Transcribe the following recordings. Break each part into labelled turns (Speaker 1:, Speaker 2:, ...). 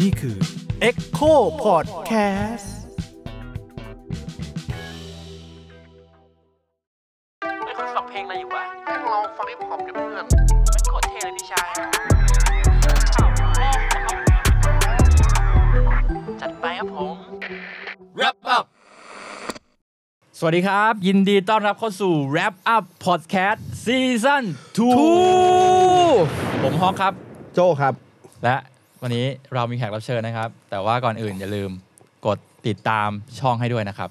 Speaker 1: นี่คือ
Speaker 2: Echo Podcast
Speaker 3: ไม่คุณฟังเพลงอะไรอยู่วะ
Speaker 4: แม่งลองฟังฮิปฮอปดิเพื่อน
Speaker 3: ไม่โคตรเท่เลยพี่ชาย จัดไปครับผม
Speaker 2: Wrap Up
Speaker 5: สวัสดีครับ ยินดีต้อนรับเข้าสู่ Wrap Up Podcast Season 2 ผมฮอกครับ
Speaker 2: โจครับ
Speaker 5: และวันนี้เรามีแขกรับเชิญนะครับ แต่ว่าก่อนอื่นอย่าลืมกดติดตามช่องให้ด้วยนะครับ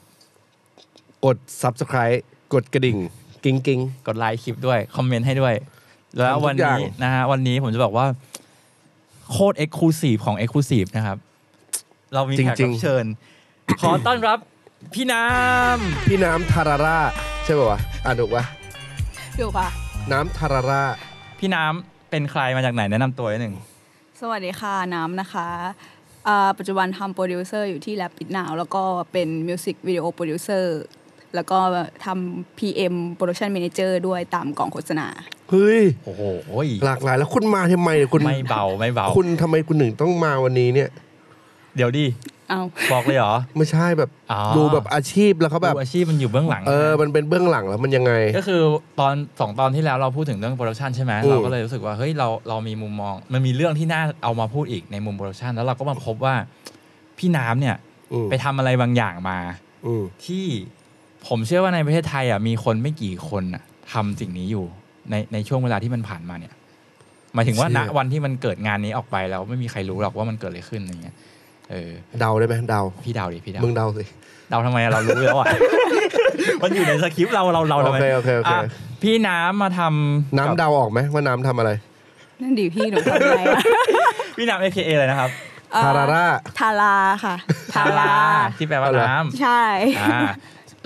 Speaker 2: กด subscribe กดกระดิ่ง กิ้งกิ้ง
Speaker 5: กดไลค์คลิปด้วย คอมเมนต์ให้ด้วย แล้ววัน
Speaker 2: ทำทุกอย่า
Speaker 5: นี้
Speaker 2: ง
Speaker 5: นะฮะวันนี้ผมจะบอกว่า โคตรเอ็กซ์คลูซีฟของเอ็กซ์คลูซีฟนะครับ เรามีแขกรับเชิญ ขอต้อนรับพี่น้ำ
Speaker 2: พี่น้ำทาราร่าใช่ป่าวะอ่านถูกปะ
Speaker 6: เดี๋ยวค่ะ
Speaker 2: น้ำทาราร่า
Speaker 5: พี่น้ำเป็นใครมาจากไหนแนะนำตัวนิดหนึ่ง
Speaker 6: สวัสดีค่ะ น้ำนะคะอ่าปัจจุบันทำโปรดิวเซอร์อยู่ที่แลบปิดหนาว แล้วก็เป็นมิวสิกวิดีโอโปรดิวเซอร์แล้วก็ทำ PM Production Manager ด้วยตามกล่องโฆษณา
Speaker 2: เฮ้ย
Speaker 5: โอ้โห
Speaker 2: หลากหลายแล้วคุณมาทำไมเนี่ยคุณ
Speaker 5: ไม่เบาไม่เบา
Speaker 2: คุณทำไมคุณหนึ่งต้องมาวันนี้เนี่ย
Speaker 5: เดี๋ยวดิ
Speaker 6: เอา
Speaker 5: บอกเลยเหรอ
Speaker 2: ไม่ใช่แบบ
Speaker 5: อ๋อ
Speaker 2: ดูแบบอาชีพแล้วเขาแบบ
Speaker 5: ดูอาชีพมันอยู่เบื้องหลัง
Speaker 2: เออ มันเป็นเบื้องหลังแล้วมันยังไง
Speaker 5: ก็คือตอนสองตอนที่แล้วเราพูดถึงเรื่องโปรดักชันใช่ไหม
Speaker 2: อืม
Speaker 5: เราก็เลยรู้สึกว่าเฮ้ยเราเรามีมุมมอง มันมีเรื่องที่น่าเอามาพูดอีกในมุมโปรดักชันแล้วเราก็มาพบว่าพี่น้ำเนี่ย
Speaker 2: อืม
Speaker 5: ไปทำอะไรบางอย่างมา
Speaker 2: อืม
Speaker 5: ที่ผมเชื่อว่าในประเทศไทยอ่ะมีคนไม่กี่คนอ่ะทำสิ่งนี้อยู่ในในช่วงเวลาที่มันผ่านมาเนี่ยหมายถึงว่าณวันที่มันเกิดงานนี้ออกไปแล้วไม่มีใครรู้หรอกว่ามันเกิดอะไรขึ้นอะไรเงี้ยเออ
Speaker 2: เดาได้ไหมเดา
Speaker 5: พี่ดาวดิพี่ดาว
Speaker 2: มึงเดาสิ
Speaker 5: เราทำไมอะเรารู้แล้วอ่ะ มันอยู่ในสคริปต์เราเราเราทำไม
Speaker 2: โอเคโอเคโอเค
Speaker 5: ะพี่น้ำมาทำ
Speaker 2: น้ำ
Speaker 5: กับ
Speaker 2: เดาออกไหมว่าน้ำทำอะไร
Speaker 6: นั่นดีพี่หนูทำอะไรอะ
Speaker 5: พี่น้ำ AKA เลยนะครับ
Speaker 6: อ่
Speaker 2: ทาราร่า
Speaker 6: ทาราค่ะ
Speaker 5: ที่แปลว่า
Speaker 2: เอาเหรอ
Speaker 5: น้
Speaker 6: ใช่
Speaker 5: ำอ่า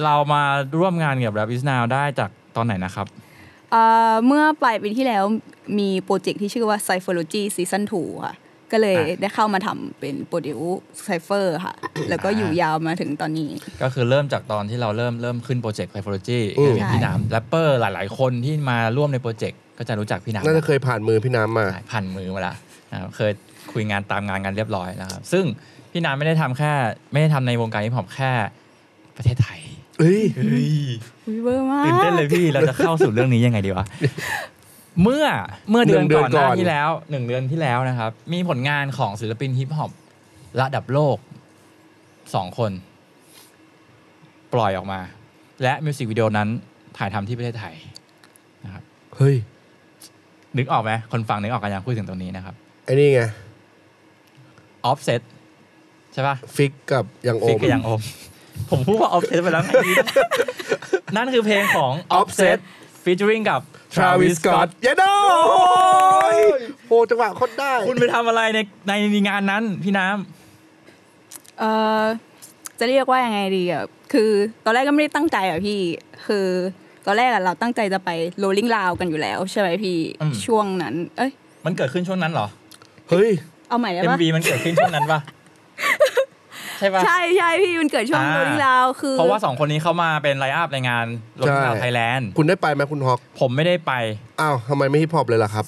Speaker 5: เรามาร่วมงานกับ Rap is Now ได้จากตอนไหนนะครับ
Speaker 6: อ่าเมื่อปลายปีที่แล้วมีโปรเจกต์ที่ชื่อว่า Cyphology Season 2 ค่ะ ก็เลย
Speaker 5: อ่ะ
Speaker 6: ได้เข้ามาทำเป็นโปรดิวไซเฟอร์ค่ะ แล้วก็อยู่ยาวมาถึงตอนนี้
Speaker 5: ก็คือเริ่มจากตอนที่เราเริ่มเริ่มขึ้นโปรเจกต์ Psychology
Speaker 2: อื
Speaker 5: ก็
Speaker 2: ม
Speaker 5: มีพี่น้ำแรปเปอร์หลาย ๆ คนที่มาร่วมในโปรเจกต์ก็จะรู้จักพี่น้ำ
Speaker 2: น่าจะเคยผ่านมือพี่น้ำมา
Speaker 5: หลายพันมือมาละนะครับเคยคุยงานตามงานกันเรียบร้อยนะครับ ซึ่งพี่น้ำไม่ได้ทำแค่ไม่ได้ทำในวงการฮิปฮอปแค่ประเทศไทย
Speaker 2: เอ้ย
Speaker 6: อุ๊ยเวอร์มาก
Speaker 5: ตื่นเต้นเลยพี่ เราจะเข้าสู่เรื่องนี้ยังไงดีวะ เมื่อเมื่อเดือน
Speaker 2: หนึ่งเดื
Speaker 5: ก่
Speaker 2: อ
Speaker 5: อน นหน้า
Speaker 2: ก่อน
Speaker 5: ที่แล้วหนึ่งเดือนที่แล้วนะครับ มีผลงานของศิลปินฮิปฮอประดับโลกสองคน ปล่อยออกมา และมิวสิกวิดีโอนั้นถ่ายทำที่ประเทศไทย
Speaker 2: เฮ้ย
Speaker 5: นึกออกไหมคนฟังนึกออกกันยังพูดถึงตรงนี้นะครับ
Speaker 2: ไอ้นี่ไง
Speaker 5: ออฟเซตใช่ปะ
Speaker 2: ฟิกกับยังโอ
Speaker 5: ฟิก
Speaker 2: ม
Speaker 5: กับยังอม ผมพูดว่าออฟเซตไปแล้วไงนั่นคือเพลงของ
Speaker 2: Offset
Speaker 5: Offset featuring กับ
Speaker 2: Travis Scott เย้ดอยโอ้จังหวะโคนได้
Speaker 5: คุณไปทำอะไรในในงานนั้นพี่น้
Speaker 6: เออจะเรียกว่ายังไงดีอ่ะ คือตอนแรกก็ไม่ได้ตั้งใจอ่ะพี่ คือตอนแรกอ่ะเราตั้งใจจะไปโรลลิ่งลาวกันอยู่แล้ว ใช่ไหมพี่ ช่วงนั้น เอ้ย
Speaker 5: ำ มันเกิดขึ้นช่วงนั้นเหรอ
Speaker 2: เฮ้ย
Speaker 6: เอาใหม่ได้
Speaker 5: m
Speaker 6: ปะ
Speaker 5: v มันเกิดขึ้นช่วงนั้นปะ ใช่ปะ
Speaker 6: ใช่ใช่พี่มันเกิดช่วง
Speaker 5: อ่า
Speaker 6: โรลลิ่งลาวคือ
Speaker 5: เพราะว่าสองคนนี้เข้ามาเป็นไลน์อัพในงานรถ
Speaker 2: ใช่
Speaker 5: นาวไทยแลนด์
Speaker 2: คุณได้ไปไหมคุณฮอก
Speaker 5: ผมไม่ได้ไป
Speaker 2: อ้าวทำไมไม่ฮิปฮอปเลยล่ะครับ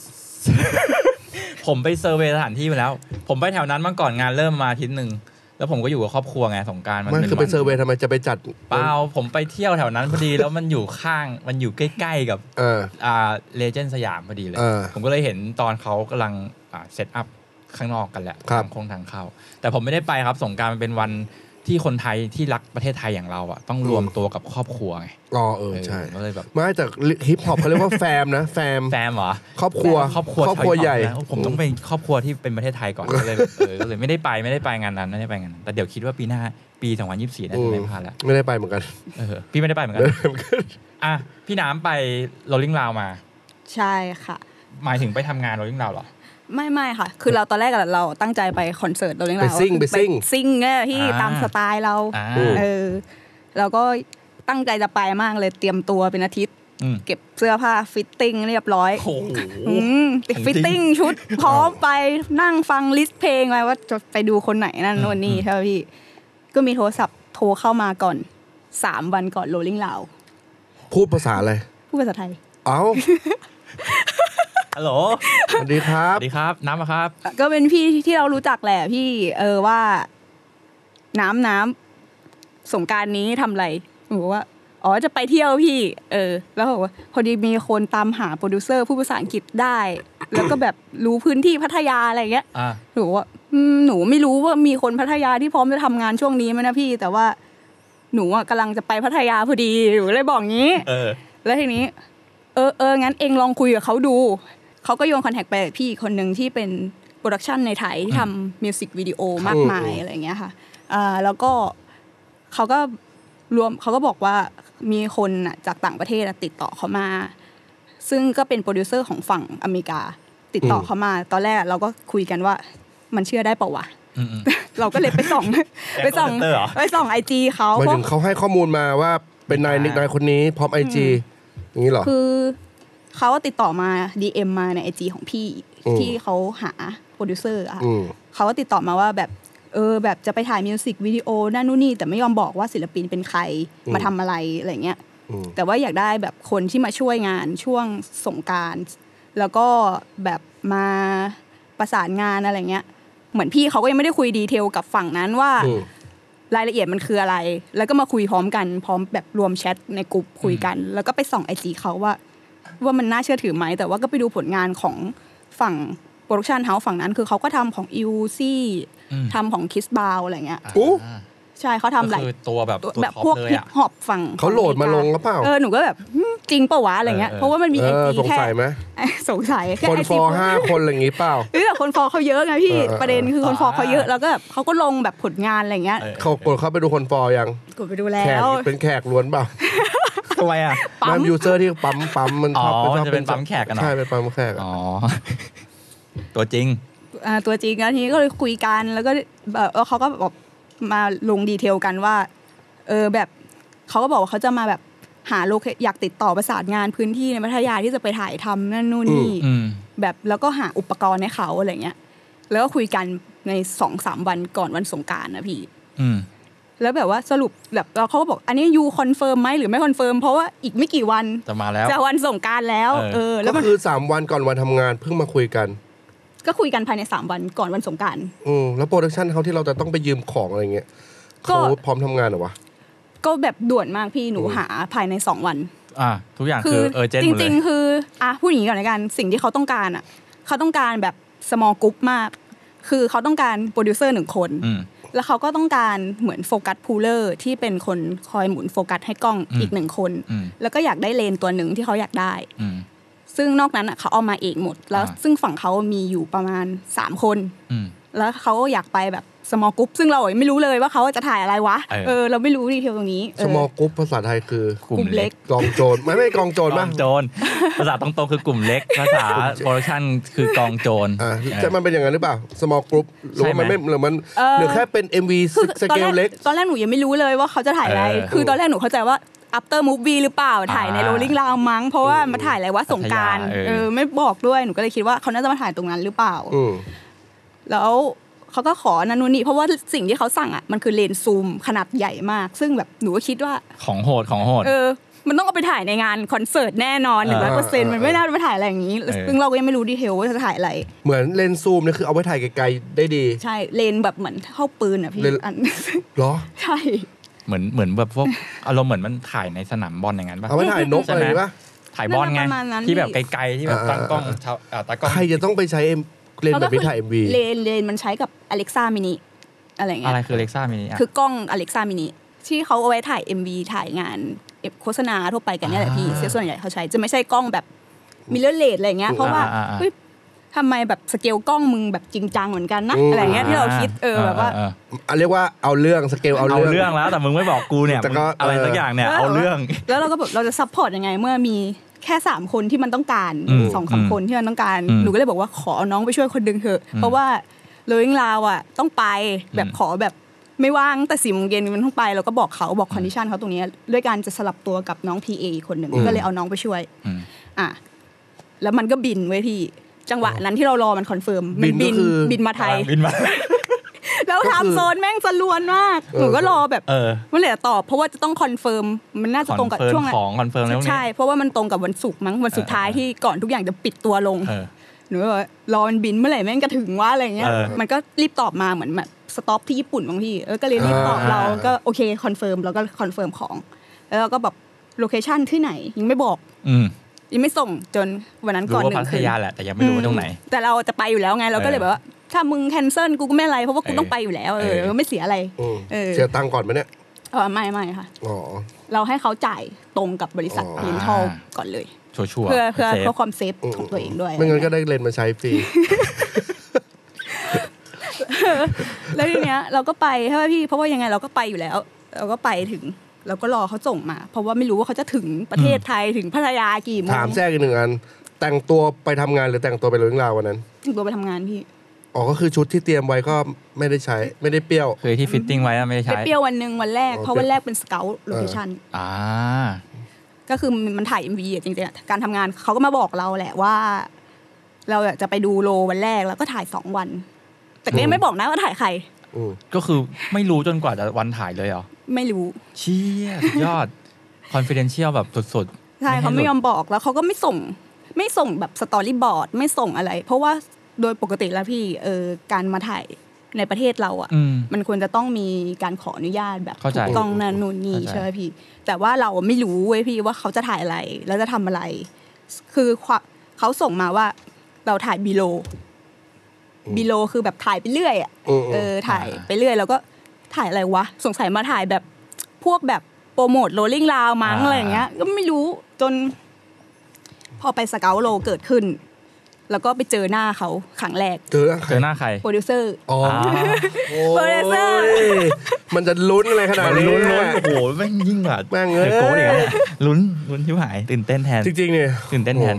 Speaker 5: ผมไปเซอร์เวย์สถานที่มาแล้ว ผมไปแถวนั้นมาก่อนงานเริ่มมาอาทิตย์หนึ่ง แล้วผมก็อยู่กับครอบครัวไงสงกรารมัน
Speaker 2: มัน
Speaker 5: เป็น
Speaker 2: คือ
Speaker 5: วั
Speaker 2: ไป
Speaker 5: น
Speaker 2: เซอร์เวย์ทำไมจะไปจัด
Speaker 5: เปล่าผมไปเที่ยวแถวนั้นพอดี แล้วมันอยู่ข้างมันอยู่ใกล้ๆกับ
Speaker 2: เออ
Speaker 5: อ่าเลเจนด์สยามพอดีเลย
Speaker 2: เออ
Speaker 5: ผมก็เลยเห็นตอนเขากำลังอ่าเซตอัพข้างนอกกันแหละ
Speaker 2: ครับ
Speaker 5: ทางโค้งทางเข้า แต่ผมไม่ได้ไปครับสงกรารมันเป็นวันที่คนไทยที่รักประเทศไทยอย่างเราอ่ะต้องรวมตัวกับครอบครัวไง
Speaker 2: อ๋อเออ
Speaker 5: เออ
Speaker 2: ใช่
Speaker 5: ผมก็เลยแบบ
Speaker 2: ไม่แต่ฮิปฮอปเขาเรียกว่าแฟมนะแฟม
Speaker 5: แฟมเหรอ
Speaker 2: ครอบครัว
Speaker 5: ครอบครัว
Speaker 2: ครอบครัว
Speaker 5: ชาว
Speaker 2: ใหญ่
Speaker 5: นะผมต้องเป็นครอบครัวที่เป็นประเทศไทยก่อนก็เลยเออก็เลยไม่ได้ไปไม่ได้ไปงานนั้นไม่ได้ไปงานนั้นแต่เดี๋ยวคิดว่าปีหน้าปี 2024น่า
Speaker 2: อื
Speaker 5: จะ
Speaker 2: ม
Speaker 5: ไม่พลาดแล้ว
Speaker 2: ไม่ได้ไปเหมือนกัน
Speaker 5: เออพี่ไม่ได้ไปเหมือนกั
Speaker 2: ไม่
Speaker 5: น
Speaker 2: ได้ไปเหมือนกัน
Speaker 5: อ่ะพี่น้ำไปโรลลิ่งลาวมา
Speaker 6: ใช่ค่ะ
Speaker 5: หมายถึงไปทำงานโรลลิ่งลาวเหรอ
Speaker 6: ไม่ไม่ค่ะ คือเราตอนแรกอะเราตั้งใจไปคอนเสิร์ตโรลลิ่งลาว
Speaker 2: ไปซิ่งไปซิ่ง
Speaker 6: ซิ่งเนี่ยพี่
Speaker 5: อ่า
Speaker 6: ตามสไตล์เรา
Speaker 5: อ่า
Speaker 6: เออ เราก็ตั้งใจจะไปมากเลยเตรียมตัวเป็นอาทิตย์
Speaker 5: อืม
Speaker 6: เก็บเสื้อผ้าฟิตติ้งเรียบร้อย
Speaker 5: โอ้โห
Speaker 6: อืมติด
Speaker 5: ของจริง
Speaker 6: ฟิตติ้งชุด พร้อมไปนั่งฟังลิสต์เพลงอะไรว่าจะไปดูคนไหนนั่นโน่นนี่ใช่ไหมพี่ ก็มีโทรศัพท์โทรเข้ามาก่อนสามวันก่อนโรลลิ่งลาว
Speaker 2: พูดภาษาอะไร
Speaker 6: พูดภาษาไทย
Speaker 2: เอ้า
Speaker 5: ฮัลโหล
Speaker 2: สวัสดีครั
Speaker 5: ส
Speaker 2: บ
Speaker 5: วัสดีครับ น้ำมาครับ
Speaker 6: ก็เป็นพี่ที่เรารู้จักแหละพี่เออว่า น้ำน้ำสงกรารนี้ทำอะไรหนูบอกว่า อ๋อจะไปเที่ยวพี่ เออ แล้วบอกว่า พอดีมีคนตามหาโปรดิวเซอร์ผู้ภาษาอังกฤษได้ แล้วก็แบบรู้พื้นที่พัทยาอะไรเงี้ย
Speaker 5: อ่ะ
Speaker 6: หนูบอกว่าอืมหนูไม่รู้ว่ามีคนพัทยาที่พร้อมจะทำงานช่วงนี้ไหมนะพี่ แต่ว่าหนูอะกำลังจะไปพัทยาพอดีหนูเลยบอกงี้
Speaker 5: เออ
Speaker 6: แล้วทีนี้ เออเอองั้นเองลองคุยกับเขาดู เขาก็โยนคอนแทคไปกับพี่อีกคนหนึ่งที่เป็นโปรดักชันในไทยที่ทำมิวสิกวิดีโอมากมาย
Speaker 2: อืม
Speaker 6: อะไรอย่างเงี้ยค่ะอ่าแล้วก็เขาก็รวมเขาก็บอกว่ามีคนน่ะจากต่างประเทศอะติดต่อเขามา ซึ่งก็เป็นโปรดิวเซอร์ของฝั่งอเมริกา ติดต่อเขามา ตอนแรกเราก็คุยกันว่ามันเชื่อได้เปล่าวะ
Speaker 5: อืมอืม
Speaker 6: เราก็เลยไป ส่อง ไปส่อง
Speaker 5: แอคเคาท์เตอร์เหรอ
Speaker 6: ไปส่องไอจีเขา
Speaker 2: หมายถึ
Speaker 6: เพราะ
Speaker 2: งเขาให้ข้อมูลมาว่าเป็นนายนิกนายคนนี้พร้อมไอจีอย่างนี้เหรอ
Speaker 6: คือเขาติดต่อมา DM มาในไอจีของพี่
Speaker 2: อืม
Speaker 6: ที่เขาหาโปรดิวเซอร์อะค่ะ
Speaker 2: อืม
Speaker 6: เขาก็ติดต่อมาว่าแบบเออแบบจะไปถ่ายมิวสิกวิดีโอนั่นนู่นนี่แต่ไม่ยอมบอกว่าศิลปินเป็นใคร
Speaker 2: อืม
Speaker 6: มาทำอะไรอะไรเงี้ย
Speaker 2: อืม
Speaker 6: แต่ว่าอยากได้แบบคนที่มาช่วยงานช่วงสงกราร แล้วก็แบบมาประสานงานอะไรเงี้ย เหมือนพี่เขาก็ยังไม่ได้คุยดีเทลกับฝั่งนั้นว่า
Speaker 2: อืม
Speaker 6: รายละเอียดมันคืออะไร แล้วก็มาคุยพร้อมกัน พร้อมแบบรวมแชทในกลุ่มคุยกัน แล้วก็ไปส่องไอจีเขาว่า ว่ามันน่าเชื่อถือไหม แต่ว่าก็ไปดูผลงานของฝั่งโปรดักชันเฮาส์ฝั่งนั้น คือเขาก็ทำของอิวซี่
Speaker 5: อืม
Speaker 6: ทำของคิสบาวอะไรเงี้ย
Speaker 5: อ่ะ
Speaker 2: อู้
Speaker 6: ใช่เขาทำหลาย
Speaker 5: ก็คือตัวแบบตัว
Speaker 6: แบบ
Speaker 5: ท็อป
Speaker 6: พวก
Speaker 5: เลย
Speaker 6: ฮิป
Speaker 5: อ่ะ
Speaker 6: ฮอปฝั่ง
Speaker 2: เขาโหลดมาลงหรือเปล่า
Speaker 6: เออ หนูก็แบบหึจริงปะวะอะไรเงี้ย
Speaker 5: เออ
Speaker 6: เพราะว่ามันมี
Speaker 2: เอ
Speaker 6: ไอ
Speaker 2: อ
Speaker 6: จี
Speaker 2: สง
Speaker 6: แค่
Speaker 2: สัยไหม
Speaker 6: สงสัยแค่
Speaker 2: คน
Speaker 6: ไอ
Speaker 2: ฟ
Speaker 6: จี
Speaker 2: อร์ห้าคนอะไรอย่างนี้เปล่า
Speaker 6: เออแต่คนฟอลเขาเยอะไงพี่
Speaker 2: เออเออ
Speaker 6: ประเด็นคือคนฟอลเขาเยอะ แล้วก็แบบเขาก็ลงแบบผลงานอะไรเงี้ย
Speaker 5: ออ
Speaker 2: เขากดเข้าไปดูคนฟอร์ยัง
Speaker 6: กดไปดู
Speaker 2: แข
Speaker 6: แล้
Speaker 2: ก
Speaker 6: ว
Speaker 2: เป็นแขกล้วนเปล่า
Speaker 5: ทำไมอ่ะ
Speaker 6: ปั๊ม
Speaker 2: น้ำยูเซอร์ที่ปั๊มปั๊มมันชอบ
Speaker 5: อ๋อ
Speaker 2: ชอบ
Speaker 5: จะเป็นปั๊มแขกกันเหรอ
Speaker 2: ใช่เป็นปั๊มแขกอะ
Speaker 5: อ๋อ ตัวจริง
Speaker 6: อ่าตัวจริงแล้วทีนี้ก็เลยคุยกันแล้วก็เอ่อแล้วเขาก็แบบมาลงดีเทลกันว่าเออแบบเขาก็บอกว่าเขาจะมาแบบหาโลเคอยากติดต่อประสานงานพื้นที่ในพัทยาที่จะไปถ่ายทำนั่นนู่นนี่
Speaker 5: อืม
Speaker 6: แบบแล้วก็หาอุปกรณ์ให้เขาอะไรเงี้ยแล้วก็คุยกันในสองสามวันก่อนวันสงกรารนะพี่
Speaker 5: อืม
Speaker 6: แล้วแบบว่าสรุปแบบเราเขาก็บอกอันนี้ยูคอนเฟิร์มไหมหรือไม่คอนเฟิร์มเพราะว่าอีกไม่กี่วัน
Speaker 5: จะมาแล้ว
Speaker 6: จะวันสงกรารแล้ว
Speaker 5: เออ
Speaker 6: เออ แล้ว
Speaker 2: ก็
Speaker 6: มัน
Speaker 2: คือสามวันก่อนวันทำงานเพิ่งมาคุยกัน
Speaker 6: ก็คุยกันภายในสามวันก่อนวันสงกราร
Speaker 2: อืมแล้วโปรดักชันเขาที่เราจะต้องไปยืมของอะไรเงี้ย
Speaker 6: ก็
Speaker 2: เขาพร้อมทำงานเหรอวะ
Speaker 6: ก็แบบด่วนมากพี่หนู
Speaker 2: อืม
Speaker 6: หาภายในสองวัน
Speaker 5: อ่ะทุกอย่าง
Speaker 6: คื
Speaker 5: คือ อเออเจนหมด
Speaker 6: จ
Speaker 5: เล
Speaker 6: ริ
Speaker 5: ย
Speaker 6: ง ๆ คืออ่ะพูดอย่างนี้ก่อนละกันสิ่งที่เขาต้องการอ่ะเขาต้องการแบบ small group มาก คือเขาต้องการโปรดิวเซอร์หนึ่งคน
Speaker 5: อืม
Speaker 6: แล้วเขาก็ต้องการเหมือนโฟกัสพูลเลอร์ที่เป็นคนคอยหมุนโฟกัสให้กล้อง
Speaker 5: อืม
Speaker 6: อีกหนึ่งคน
Speaker 5: อืม
Speaker 6: แล้วก็อยากได้เลนส์ตัวหนึ่งที่เขาอยากได้
Speaker 5: อืม
Speaker 6: ซึ่งนอกนั้นอ่ะเขาเอามาเองหมด แล้ว
Speaker 5: อ่า
Speaker 6: ซึ่งฝั่งเขามีอยู่ประมาณ 3 คน
Speaker 5: อืม
Speaker 6: แล้วเขาอยากไปแบบ small group ซึ่งเราอ่ะไม่รู้เลยว่าเขาจะถ่ายอะไรวะ
Speaker 5: เออ
Speaker 6: เออเราไม่รู้ดีเทลตรงนี้เอ
Speaker 2: ส
Speaker 6: อ
Speaker 2: มอกรุ๊ปภาษาไทยคือก
Speaker 5: ลุ่มเล็ก
Speaker 2: กองโจรไม่ไม่กองโจร
Speaker 5: ก
Speaker 2: ป่ะ
Speaker 5: องโจรภาษาตรงๆคือกลุ่ม เล็ก ภาษาโปรดักชันคือกองโจร
Speaker 2: อ่าจะมันเป็นอย่างนั้นหรือเปล่าสมอกรุ๊ปหรือว่ามัน
Speaker 5: ใช่ไหม
Speaker 2: ไม่หรือมัน
Speaker 6: เออ
Speaker 2: หรือแค่เป็น MV
Speaker 6: คือ
Speaker 2: ส
Speaker 6: ตอน
Speaker 2: เก
Speaker 6: แร
Speaker 2: ล
Speaker 6: ก
Speaker 2: เล็ก
Speaker 6: ตอนแรกหนูยังไม่รู้เลยว่าเขาจะถ่ายอะไร
Speaker 5: เออ
Speaker 6: คือตอนแรกหนูเข้าใจว่า after movie หรือเปล่า ถ่ายใน
Speaker 5: อ่า
Speaker 6: โรลลิ่งราวมั้ง เพราะว่ามาถ่ายอะไรวะสงกราร
Speaker 5: พัทยาเออ
Speaker 6: เออไม่บอกด้วย หนูก็เลยคิดว่าเขาน่าจะมาถ่ายตรงนั้นหรือเปล่า
Speaker 2: อืม
Speaker 6: แล้วเขาก็ขอนันนูนนี่เพราะว่าสิ่งที่เขาสั่งอ่ะมันคือเลนส์ซูมขนาดใหญ่มาก ซึ่งแบบหนูก็คิดว่า
Speaker 5: ของโหดของโหด
Speaker 6: เออ มันต้องเอาไปถ่ายในงานคอนเสิร์ตแน่นอนหนึ่งร้อยเปอร์เซ็นต์มันไม่น่าจะไปถ่ายอะไรอย่างนี้
Speaker 5: เออ
Speaker 6: ซึ่งเราก็ยังไม่รู้ดีเทลว่าจะถ่ายอะไร
Speaker 2: เหมือนเลนส์ซูมเนี่ยคือเอาไว้ถ่ายไกลๆได้ดี
Speaker 6: ใช่ เลนส์แบบเหมือนเข้าปืนอ่ะพี่
Speaker 2: เลนส์
Speaker 6: อัน
Speaker 2: เหรอ
Speaker 6: ใช่
Speaker 5: เหมือนเหมือนแบบพวกอารมณ์เหมือนมันถ่ายในสนามบอลอย่างนั้นป่ะ
Speaker 2: เอาไว้ถ่ายนก
Speaker 5: ใช่
Speaker 2: อะ
Speaker 5: ไหม
Speaker 2: ไรป่ะ
Speaker 5: ถ่ายบอลไง
Speaker 6: ประมาณนั้น
Speaker 5: ที่แบบไกลๆที่แบบ
Speaker 2: อ่า
Speaker 5: ตั้งกล้องชาวอ่าตากล้อง
Speaker 2: ใครจะต้องไปใช้เอ็มเลนส์แบบนี้ถ่าย MV
Speaker 6: เลนเลนมันใช้กับ Alexa mini อะไรอย่างเงี้
Speaker 5: อะ
Speaker 6: ย
Speaker 5: ไรคือเล็กซ่ามินิอ่ะ
Speaker 6: คือกล้อง Alexa mini ที่เขาเอาไว้ถ่าย MV ถ่ายงานเอ่อโฆษณาทั่วไปกันเนี่ยแหละพี่
Speaker 5: อ่า
Speaker 6: เสียส่วนใหญ่เขาใช้จะไม่ใช่กล้องแบบมิเลอร์เลดอะไรเงี้ยเพราะว่า
Speaker 5: อ่าอ่าอ่า
Speaker 6: เฮ้ยทำไมแบบสเกลกล้องมึงแบบจริงจังเหมือนกันนะ
Speaker 2: อืม
Speaker 6: อะไรเงี้ยที่เราคิดเออแบบว่า
Speaker 2: อ่ะเรียกว่าเอาเรื่องสเกล
Speaker 5: เอา
Speaker 2: เอา
Speaker 5: เรื่องแล้วแต่มึงไม่บอกกูเนี่ย
Speaker 2: แต่ก็
Speaker 5: มึงอะไร
Speaker 2: เออ
Speaker 5: สักอย่างเนี่ย
Speaker 6: เออ
Speaker 5: เอาเรื่อง
Speaker 6: แล้วเราก็แบบเราจะซัพพอร์ตยังไงเมื่อมีแค่สามคนที่มันต้องการ
Speaker 5: อืม
Speaker 6: สองสาม
Speaker 5: อืม
Speaker 6: คนที่มันต้องการ
Speaker 5: อืม
Speaker 6: หนูก็เลยบอกว่าขอเอาน้องไปช่วยคนดึงเถอะ เพราะว่าเลิงลาวอ่ะต้องไปแบบ
Speaker 5: อืม
Speaker 6: ขอแบบไม่ว่างแต่สี่โมงเย็นมันต้องไปเราก็บอกเขาบอกคอนดิชันเขาตรงเนี้ยด้วยการจะสลับตัวกับน้อง PA อีกคนหนึ่ง
Speaker 2: อืม
Speaker 6: ก็เลยเอาน้องไปช่วย
Speaker 5: อืม
Speaker 6: อ่ะแล้วมันก็บินไว้ยพี่ จังหวะนั้นที่เรารอมันคอนเฟิร์มมั
Speaker 2: บินก็คือ
Speaker 6: บินมาไทย
Speaker 5: บินมา
Speaker 6: แล้ว
Speaker 2: ก็คือ
Speaker 6: ไทม์โซนแม่งสลวนมาก
Speaker 2: เออ
Speaker 6: หนูก็รอแบบ
Speaker 5: เออ
Speaker 6: มันเหลือตอบเพราะว่าจะต้องคอนเฟิร์มมันน่าจะ
Speaker 5: คอน
Speaker 6: ตรงกับ
Speaker 5: เฟิร์ม
Speaker 6: ช่วงนั้น
Speaker 5: ของคอนเฟิร์มแล้วเนี่ย
Speaker 6: ใช่ เพราะว่ามันตรงกับวันศุกร์มั้งวันสุดท้าย
Speaker 5: เออเออ
Speaker 6: ที่ก่อนทุกอย่างจะปิดตัวลง
Speaker 5: เออ
Speaker 6: หนูก็บอกว่ารอมันบินเมื่อไหร่แม่งจะถึงว่าอะไรเงี้ย
Speaker 5: เออ
Speaker 6: มันก็รีบตอบมาเหมือนแบบสต็อปที่ญี่ปุ่นบางที่เออก็เลยรีบตอบเรา
Speaker 2: อ่า
Speaker 6: ก็โอเคคอนเฟิร์มแล้วก็คอนเฟิร์มของแล้วเราก็แบบโลเคชันที่ไหนยังไม่บอก
Speaker 5: อืม
Speaker 6: ยังไม่ส่งจนวันนั้น
Speaker 5: รู้
Speaker 6: ก่อนห
Speaker 5: ว่า
Speaker 6: นึ่
Speaker 5: พั
Speaker 6: ง
Speaker 5: ท
Speaker 6: คืน
Speaker 5: ยาแหละแต่ยังไม่รู้ว่าตรงไหน
Speaker 6: แต่เราจะไปอยู่แล้วไงเราก็เลย
Speaker 5: เออ
Speaker 6: แบบว่า ถ้ามึงแคนเซิลกูก็ไม่อะไรเพราะว่ากู
Speaker 5: เออ
Speaker 6: ต้องไปอยู่แล้วเอ
Speaker 5: เอ
Speaker 6: อ
Speaker 5: อ
Speaker 6: ไม่เสียอะไร
Speaker 2: อืม
Speaker 6: เออ
Speaker 2: เสียตังค์ก่อนไหมเนี่ย
Speaker 6: เออไม่ไม่ค่ะ
Speaker 2: อ๋อ
Speaker 6: เราให้เขาจ่ายตรงกับบริษัท
Speaker 2: อ๋อ
Speaker 6: เรนทอลก่อนเลย
Speaker 5: ชัวร์ชัวร์
Speaker 6: เพื่อเพื่อ
Speaker 5: เซฟ
Speaker 6: เพื่อความเซฟ
Speaker 2: อืม
Speaker 6: ของตัวเองด้วย
Speaker 2: ไม่งั้นก็ได้เลนส์มาใช้ฟรี
Speaker 6: แล้วทีเนี้ยเราก็ไปใช่ไหมพี่เพราะว่ายังไงเราก็ไปอยู่แล้ว เราก็ไปถึงเราก็รอเขาส่งมา เพราะว่าไม่รู้ว่าเขาจะถึงประเทศไทยถึงพัทยากี่โมง
Speaker 2: ถามแทรกอีกหนึ่งอัน แต่งตัวไปทำงานหรือแต่งตัวไปเรื่องราววันนั้น
Speaker 6: ถึงตัวไปทำงานพี่
Speaker 2: อ๋อ ก็คือชุดที่เตรียมไว้ก็ไม่ได้ใช้ ไม่ได้เปรี้ยว
Speaker 5: คือไอ้ที่ฟิตติ้งไว้อะไม่ได้
Speaker 6: ไป
Speaker 5: ใช้
Speaker 6: เปรี้ยววันหนึ่งวันแรก
Speaker 2: อ๋อ
Speaker 6: เพราะวันแรกเป็นสเกลโลเคชัน
Speaker 5: อ่า
Speaker 6: ก็คือมันถ่าย MV อะจริงๆอะการทำงานเขาก็มาบอกเราแหละว่า เราอะจะไปดูโลวันแรกแล้วก็ถ่ายสองวัน แต่ก็
Speaker 2: อื
Speaker 6: ยัง
Speaker 2: ม
Speaker 6: ไม่บอกนะว่าถ่ายใคร
Speaker 2: อืม
Speaker 5: ก็คือไม่รู้จนกว่าจะวันถ่ายเลยเหรอ
Speaker 6: ไม่รู้
Speaker 5: เชี่ยสุดยอด confidential แบบสุดๆ
Speaker 6: ใช่เขาไม่ยอ
Speaker 5: ให้หลุด
Speaker 6: มบอกแล้วเขาก็ไม่ส่ง ไม่ส่งแบบสตอรี่บอร์ดไม่ส่งอะไร เพราะว่าโดยปกติแล้วพี่เออการมาถ่ายในประเทศเราอะ
Speaker 5: อืม
Speaker 6: มันควรจะต้องมีการขออนุญาตแบบ
Speaker 5: เข้าใจ
Speaker 6: ถูกต้องนั่นนู่นนี่
Speaker 5: เข้าใจ
Speaker 6: ใช่ไหมพี่ แต่ว่าเราไม่รู้เว้ยพี่ว่าเขาจะถ่ายอะไรแล้วจะทำอะไร คือความเขาส่งมาว่าเราถ่ายบีโล บีโลคือแบบถ่ายไปเรื่อยอ่ะ
Speaker 2: อืม
Speaker 6: เอ
Speaker 2: อืม
Speaker 6: อถ่าย
Speaker 5: อ่า
Speaker 6: ไปเรื่อยแล้วก็ถ่ายอะไรวะ สงสัยมาถ่ายแบบพวกแบบโปรโมทโรลลิ่งราวมั้ง
Speaker 5: อ่า
Speaker 6: อะไรอย่างเงี้ย ก็ไม่รู้จน พอไปสเกลโลเกิดขึ้น แล้วก็ไปเจอหน้าเขาครั้งแรก
Speaker 2: เจอแล้วใค
Speaker 5: เจ
Speaker 2: ร
Speaker 5: อหน้าใคร
Speaker 6: โปรดิวเซอร์
Speaker 2: อ๋อ
Speaker 5: อ่า
Speaker 2: โอ้
Speaker 6: โปรดิวเซอร์
Speaker 2: ยมันจะลุ้นอะไรขนาด
Speaker 5: มัน
Speaker 2: นี้
Speaker 5: ลุ้นลุ้น
Speaker 2: อะ
Speaker 5: โอ้โหแม่งยิ่งกว่า
Speaker 2: แม่งเอ้ย
Speaker 5: ดี๋วโก้เลยลุ้นลุ้นชิบหายตื่นเต้นแทน
Speaker 2: จริงๆเนี่ย
Speaker 5: ตื่นเต้นแทน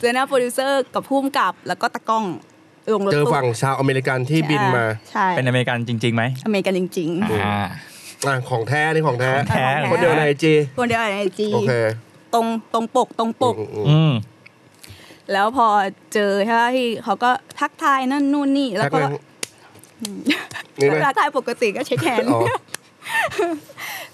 Speaker 6: เจอหน้าโปรดิวเซอร์กับผู้กำกับ แล้วก็ตะกล้องลงรถ
Speaker 2: เจอ
Speaker 6: ตู้
Speaker 2: ฝั่งชาวอเมริกันที่บินมา
Speaker 6: ใช่
Speaker 5: เป็นอเมริกันจริงๆไหม
Speaker 6: อเมริกันจริง
Speaker 5: อ่า
Speaker 2: อ่ะของแท้ นี่ของแท้
Speaker 5: แท้
Speaker 2: คนเดียวในไอจี
Speaker 6: ๆ คนเดียวในไอจี
Speaker 2: โอเค
Speaker 6: ตรงตรงปกตรงปก
Speaker 2: อืมอืม
Speaker 5: อืม
Speaker 6: แล้วพอเจอใช่ไหมพี่เขาก็ทักทายนั่นนู่นนี่แล้วก็
Speaker 2: ทักไหมนี่ไหม
Speaker 6: ทักทายปกติก็เช็คแฮนด์
Speaker 2: อ๋อ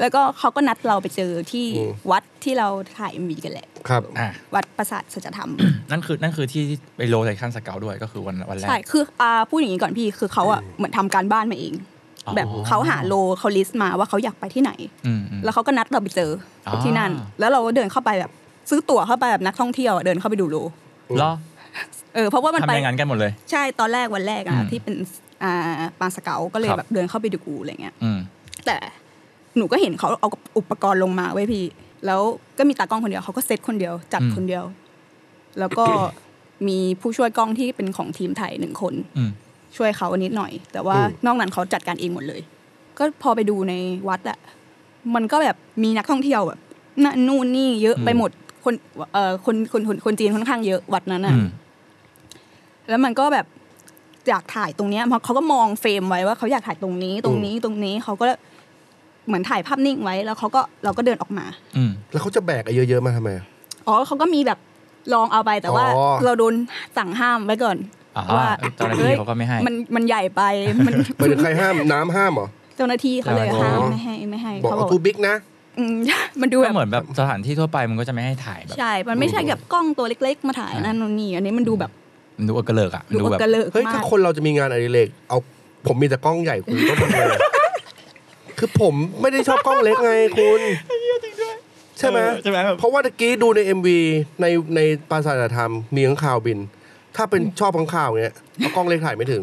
Speaker 6: แล้วก็เขาก็นัดเราไปเจอที่
Speaker 2: อืม
Speaker 6: วัดที่เราถ่ายมีกันแหละ
Speaker 2: ครับ
Speaker 5: อ่า
Speaker 6: วัดปราสาทสัจธรรม
Speaker 5: นั่นคือนั่นคือที่ไปโลไซคันสเกลด้วยก็คือวันวันแรก
Speaker 6: ใช่ คืออ่าพูดอย่างนี้ก่อนพี่ คือเขาอ่ะเหมือนทำการบ้านมาเอง
Speaker 5: อ๋อ
Speaker 6: แบบเขาหาโลเขาลิสต์มาว่าเขาอยากไปที่ไหน
Speaker 5: อืมอืม
Speaker 6: แล้วเขาก็นัดเราไปเจออ
Speaker 5: อ
Speaker 6: ที่นั่น แล้วเราก็เดินเข้าไปแบบ ซื้อตั๋วเข้าไปแบบนักท่องเที่ยวอะเดินเข้าไปดูโล
Speaker 5: เหรอ
Speaker 6: เออ เพราะว่ามันไป
Speaker 5: ทำอย่างนั้นกันหมดเลย
Speaker 6: ใช่ ตอนแรกวันแรก
Speaker 5: อืม
Speaker 6: อะที่เป็นอ่าปางสเกาก็เลย
Speaker 5: ครับ
Speaker 6: แบบเดินเข้าไปดูอะไรเงี้ย
Speaker 5: อืม
Speaker 6: แต่หนูก็เห็นเขาเอาอุปกรณ์ลงมาไว้ยพี่ แล้วก็มีตากล้องคนเดียวเขาก็เซตคนเดียว จัด
Speaker 5: อืม
Speaker 6: คนเดียว แล้วก็ มีผู้ช่วยกล้องที่เป็นของทีมไทยหนึ่งคน
Speaker 5: อืม
Speaker 6: ช่วยเขานิดหน่อย แต่ว่า
Speaker 2: อืม
Speaker 6: นอกนั้นเขาจัดการเองหมดเลย ก็พอไปดูในวัดอะมันก็แบบมีนักท่องเที่ยวแบบนั่นนู่นนี่เยอะ
Speaker 5: อืม
Speaker 6: ไปหมดคนเอ่อคนคนคนคนจีนค่อนข้างเยอะวัดนั้นอะ
Speaker 5: อืม
Speaker 6: แล้วมันก็แบบอยากถ่ายตรงเนี้ยเพราะเขาก็มองเฟรมไว้ว่าเขาอยากถ่ายตรงนี้ตรงนี้ตรงนี้เขาก็เหมือนถ่ายภาพนิ่งไว้แล้วเขาก็เราก็เดินออกมา
Speaker 5: อืม
Speaker 2: แล้วเขาจะแบกไอ้เยอะๆมาทำไม
Speaker 6: อ๋อเขาก็มีแบบลองเอาไปแต่ว่า
Speaker 2: อ๋อ
Speaker 6: เราโดนสั่งห้ามไว้ก่อน
Speaker 5: อ่า
Speaker 6: ว่า
Speaker 5: เจ้าหน้าที่
Speaker 6: อ้ย
Speaker 5: เขาก็ไม่ให้
Speaker 6: มันมันใหญ่ ไปมัน
Speaker 2: หมายถึงใครห้ามน้ำห้ามเหรอ
Speaker 6: เจ้าหน้าที่เขาเลย
Speaker 5: อ๋อ
Speaker 6: ห้ามไม่ให้ไม่ให้
Speaker 2: บอก
Speaker 6: เขาบ
Speaker 2: เอา
Speaker 6: อก
Speaker 2: ทูบิ๊กนะ
Speaker 6: อืม มันดูแบ
Speaker 5: ก็
Speaker 6: บ
Speaker 5: เหมือนแบบสถานที่ทั่วไปมันก็จะไม่ให้ถ่ายแบบ
Speaker 6: ใช่ มันไม่ใช่แบบกล้องตัวเล็ก ๆ มาถ่ายนั่นนู่นนี่อันนี้มันดูแบบ
Speaker 5: มันดูเอกระเลิกอ่ะมันดู
Speaker 6: ดูอก
Speaker 5: แบบ
Speaker 6: กระเลิก
Speaker 2: เฮ้ย
Speaker 6: มา
Speaker 2: ถ้าก คนเราจะมีงานอดิเรกเอาผมมีแต่กล้องใหญ่คุณก็ทำไงคือผมไม่ได้ชอบกล้องเล็กไงคุณใช่ไหม
Speaker 5: เออใช่ไหมแบบ
Speaker 2: เพราะว่าตะกี้ดูใน MV ในในปราสาทธรรมมีข้างข่าวบิน ถ้าเป็นชอบข้างข่าวเงี้ยเอากล้องเล็กถ่ายไม่ถึง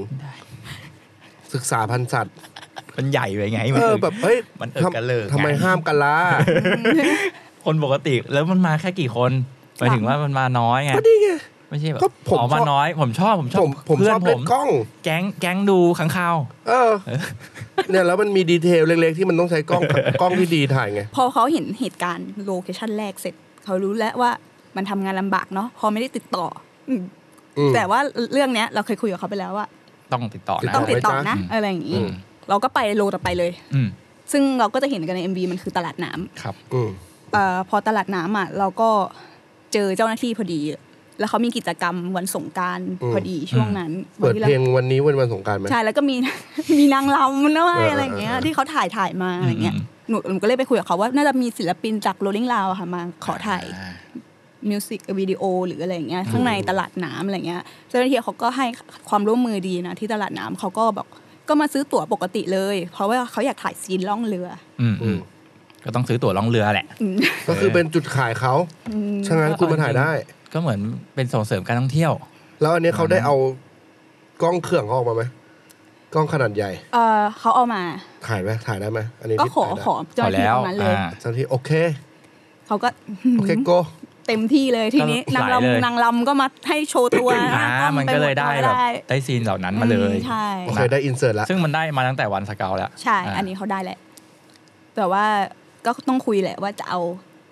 Speaker 2: ศึกษาพันธุ์สัตว์
Speaker 5: มันใหญ่ไปไงมัน
Speaker 2: เออแบบเฮ้ย
Speaker 5: มันเอิกกระเลิกไง
Speaker 2: ทำไมห้ามกัน ล่ะ
Speaker 5: คนปกติแล้วมันมาแค่กี่คนหมายถึงว่ามันมาน้อยไง
Speaker 2: ก็นี่ไง
Speaker 5: ไม่ใช่แบบ
Speaker 2: ก็ผม
Speaker 5: อ๋อ
Speaker 2: ชอบ
Speaker 5: มาน้อย ผมชอบผมช
Speaker 2: ผ
Speaker 5: อบ
Speaker 2: มผม
Speaker 5: เพื่
Speaker 2: ช
Speaker 5: อน
Speaker 2: อบ
Speaker 5: ผ
Speaker 2: เล่
Speaker 5: ม
Speaker 2: นกล้อง
Speaker 5: แก๊งแก๊งดูขังข่าว
Speaker 2: เออ เนี่ยแล้วมันมีดีเทลเล็กๆ ที่มันต้องใช้กล้อง กล้องที่ดีถ่ายไง
Speaker 6: พอเขาเห็นเหตุการณ์โลเคชันแรกเสร็จ เขารู้แล้วว่ามันทำงานลำบากเนาะพอไม่ได้ติดต่ออืม
Speaker 2: อืม
Speaker 6: แต่ว่าเรื่องเนี้ยเราเคยคุยกับเขาไปแล้วว่า
Speaker 5: ต้องติดต่อ
Speaker 2: ติด
Speaker 5: นะ
Speaker 6: ต้องติดต่อนะ
Speaker 5: อืม
Speaker 6: อะไรอย่างนี้
Speaker 2: อืม
Speaker 6: เราก็ไปโลต่อไปเลย
Speaker 5: อืม
Speaker 6: ซึ่งเราก็จะเห็นกันใน MV มันคือตลาดน้
Speaker 5: ครับ
Speaker 2: อืม
Speaker 6: ำเอ่อพอตลาดน้ำอ่ะเราก็เจอเจ้าหน้าที่พอดี แล้วเขามีกิจกรรมวันสงกราร
Speaker 2: อืม
Speaker 6: พอดีช่วงนั้น
Speaker 2: เปิด
Speaker 6: ที่
Speaker 2: เพลงวันนี้วันวันสงกรารไหม
Speaker 6: ใช่แล้วก็มี มีนางรำนะว่า
Speaker 2: เออเออ
Speaker 6: อะไรอย่างเงี้ย
Speaker 2: เออ
Speaker 6: ที่เขาถ่ายถ่ายมาอะไรอย่างเงี้ยหนูหนูก็เลยไปคุยกับเขาว่าน่าจะมีศิลปินจากโรลิงลาวค่ะมาขอถ่าย
Speaker 5: า
Speaker 6: มิวสิกวิดีโอหรืออะไรอย่างเงี้ยข้างในตลาดน้ำอะไรเงี้ยเจ้าหน้าที่เขาก็ให้ความร่วมมือดีนะที่ตลาดน้ำเขาก็บอกก็มาซื้อตั๋วปกติเลย เพราะว่าเขาอยากถ่ายซีนล่องเรือ
Speaker 5: อืมอื
Speaker 2: อืม
Speaker 5: มก็ต้องซื้อตั๋วล่องเรือแหละ
Speaker 6: อื ม
Speaker 2: ก็คือเป็นจุดขายเขา
Speaker 6: อืม
Speaker 2: ฉะนั้นคุณมาถ่ายได้
Speaker 5: ก็เหมือนเป็นส่งเสริมการท่องเที่ยว
Speaker 2: แล้วอันเนี้ยเขาได้เอากล้องเครื่องเขาออกมาไหมกล้องขนาดใหญ่
Speaker 6: เอ่อเขาเอามา
Speaker 2: ถ่ายไหมถ่ายได้ไหมอันนี้
Speaker 6: ก็
Speaker 2: ที่
Speaker 6: ขอ
Speaker 2: ถ่ายได้
Speaker 6: ขอเจ้าหน้าที่ตรงนั้นเล
Speaker 5: ขอ
Speaker 6: ย
Speaker 5: แล้วอ่า
Speaker 2: เจ้าหน้าที่โอเค
Speaker 6: เขาก็
Speaker 2: โอเคโก
Speaker 6: เต็มที่เลยทีนี้
Speaker 5: ก็
Speaker 6: นาง
Speaker 5: หลายเลย
Speaker 6: ลำนางลำก็มาให้โชว์ ตัวห
Speaker 5: อ่า
Speaker 6: ล้อง
Speaker 5: มัน
Speaker 6: ป
Speaker 5: ก็
Speaker 6: ห
Speaker 5: เลยได้แบบ
Speaker 6: ได้
Speaker 5: ได้ซีนเหล่านั้นมาเลย
Speaker 6: อืใช่
Speaker 2: โอเคได้อินเสิร์ตละ
Speaker 5: ซึ่งมันได้มาตั้งแต่วันสเกลแล้ว
Speaker 6: ใช่ อันนี้เขาได้แหละ แต่ว่าก็ต้องคุยแหละว่าจะเอา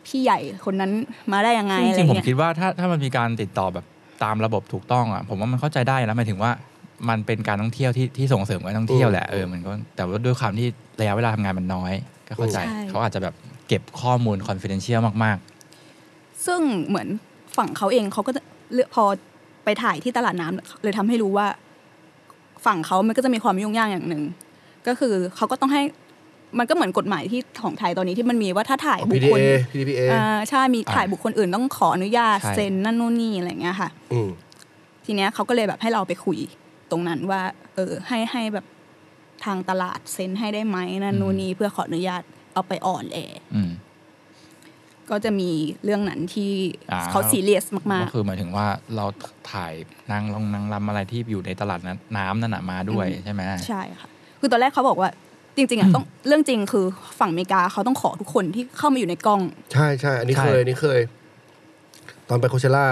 Speaker 6: พี่ใหญ่คนนั้นมาได้ยังไง
Speaker 5: ซึ่งจริงๆ
Speaker 6: อะไร
Speaker 5: ผม
Speaker 6: เงี้ย
Speaker 5: คิดว่าถ้าถ้ามันมีการติดต่อแบบตามระบบถูกต้องอ่ะผมว่ามันเข้าใจได้นะหมายถึงว่ามันเป็นการท่องเที่ยวที่ที่ส่งเสริมการท่องเที่ยวแหละเออมันก็แต่ว่าด้วยความที่ระยะเวลาทำงานมันน้อย ก็เข้าใจ เขาอาจจะแบบเก็บข้อมูล confidential มาก
Speaker 6: ซึ่งเหมือนฝั่งเขาเองเขาก็จะเลือกพอไปถ่ายที่ตลาดน้ำเลยทำให้รู้ว่า ฝั่งเขามันก็จะมีความยุ่งยากอย่างหนึ่ง ก็คือเขาก็ต้องให้มันก็เหมือนกฎหมายที่ของไทยตอนนี้ที่มันมีว่าถ้าถ่ายบุคค
Speaker 2: PDA
Speaker 6: ล
Speaker 2: PDPA
Speaker 6: อ่าใช่มีถ่ายบุคคลอื่นต้องขออนุญาต
Speaker 5: ใช่
Speaker 6: เซ็นนั่นนู่นนี่อะไรอย่างเงี้ยค่ะ
Speaker 2: อืม
Speaker 6: ทีเนี้ยเขาก็เลยแบบให้เราไปคุยตรงนั้นว่า เออให้ให้แบบทางตลาดเซ็นให้ได้ไหมนั่นนู่นนี่เพื่อขออนุญาตเอาไปอ่อนแอร์
Speaker 5: ๆ อืม
Speaker 6: ก็จะมีเรื่องนั้นที่
Speaker 5: อ่า
Speaker 6: เขาซีเรียสมาก
Speaker 5: ก็คือหมายถึงว่าเราถ่ายนางลงนางรำอะไรที่อยู่ในตลาดนั้นน้ำนั่นน่ะมาด้วย
Speaker 6: อืม
Speaker 5: ใช่ไหม
Speaker 6: ๆ ใช่ค่ะ คือตอนแรกเขาบอกว่าจริงๆอ่ะต้องเรื่องจริงคือฝั่งอเมริกาเขาต้องขอทุกคนที่เข้ามาอยู่ในกล้อง
Speaker 2: ใช่ใช่ อันนี้
Speaker 5: ใช่
Speaker 2: เคยอันนี้เคย ตอนไปโคเชล่า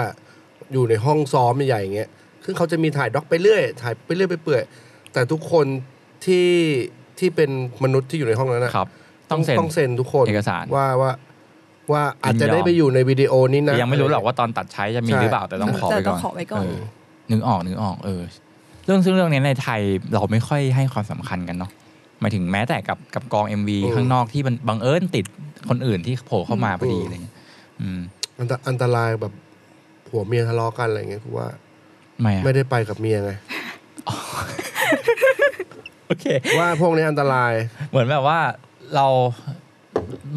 Speaker 2: อยู่ในห้องซ้อมใหญ่ๆอย่างเงี้ย ซึ่งเขาจะมีถ่ายด็อกไปเรื่อย ถ่ายไปเรื่อยไปเปื่อย แต่ทุกคนที่ที่เป็นมนุษย์ที่อยู่ในห้องนั้นนะครับ
Speaker 5: ต้องเซ็น
Speaker 2: ต้องเซ็นทุกคน
Speaker 5: เอกสาร
Speaker 2: ว่าว่า ว่าอาจจะ
Speaker 5: ยินยอม
Speaker 2: ได้ไปอยู่ในวิดีโอนี้นะ
Speaker 5: ยังไม่รู้หรอกว่าตอนตัดใช้จะมี
Speaker 2: ใช่
Speaker 5: หรือเปล่าแต่ต้องขอ
Speaker 6: แต่
Speaker 5: ไป
Speaker 6: ต้
Speaker 5: ก่อ
Speaker 6: อ
Speaker 5: ง น
Speaker 6: ขอไว้ก่อน
Speaker 5: เนึกออกนึกออกเออ เรื่องซึ่งเรื่องนี้ในไทยเราไม่ค่อยให้ความสำคัญกันเนาะหมายถึงแม้แต่กับกับกอง MV
Speaker 2: อืม
Speaker 5: ข้างนอกที่มันบังเอิญติดคนอื่นที่โผล่เข้ามาพอดีอะไรเงี้ยอืม
Speaker 2: อันตอันตรายแบบผัวเมียทะเลาะกันอะไรเงี้ยกูว่า
Speaker 5: ไม่อะ
Speaker 2: ไม่ได้ไปกับเมียไง
Speaker 5: โอเค
Speaker 2: ว่าพวกนี้อันตราย
Speaker 5: เหมือนแบบว่าเรา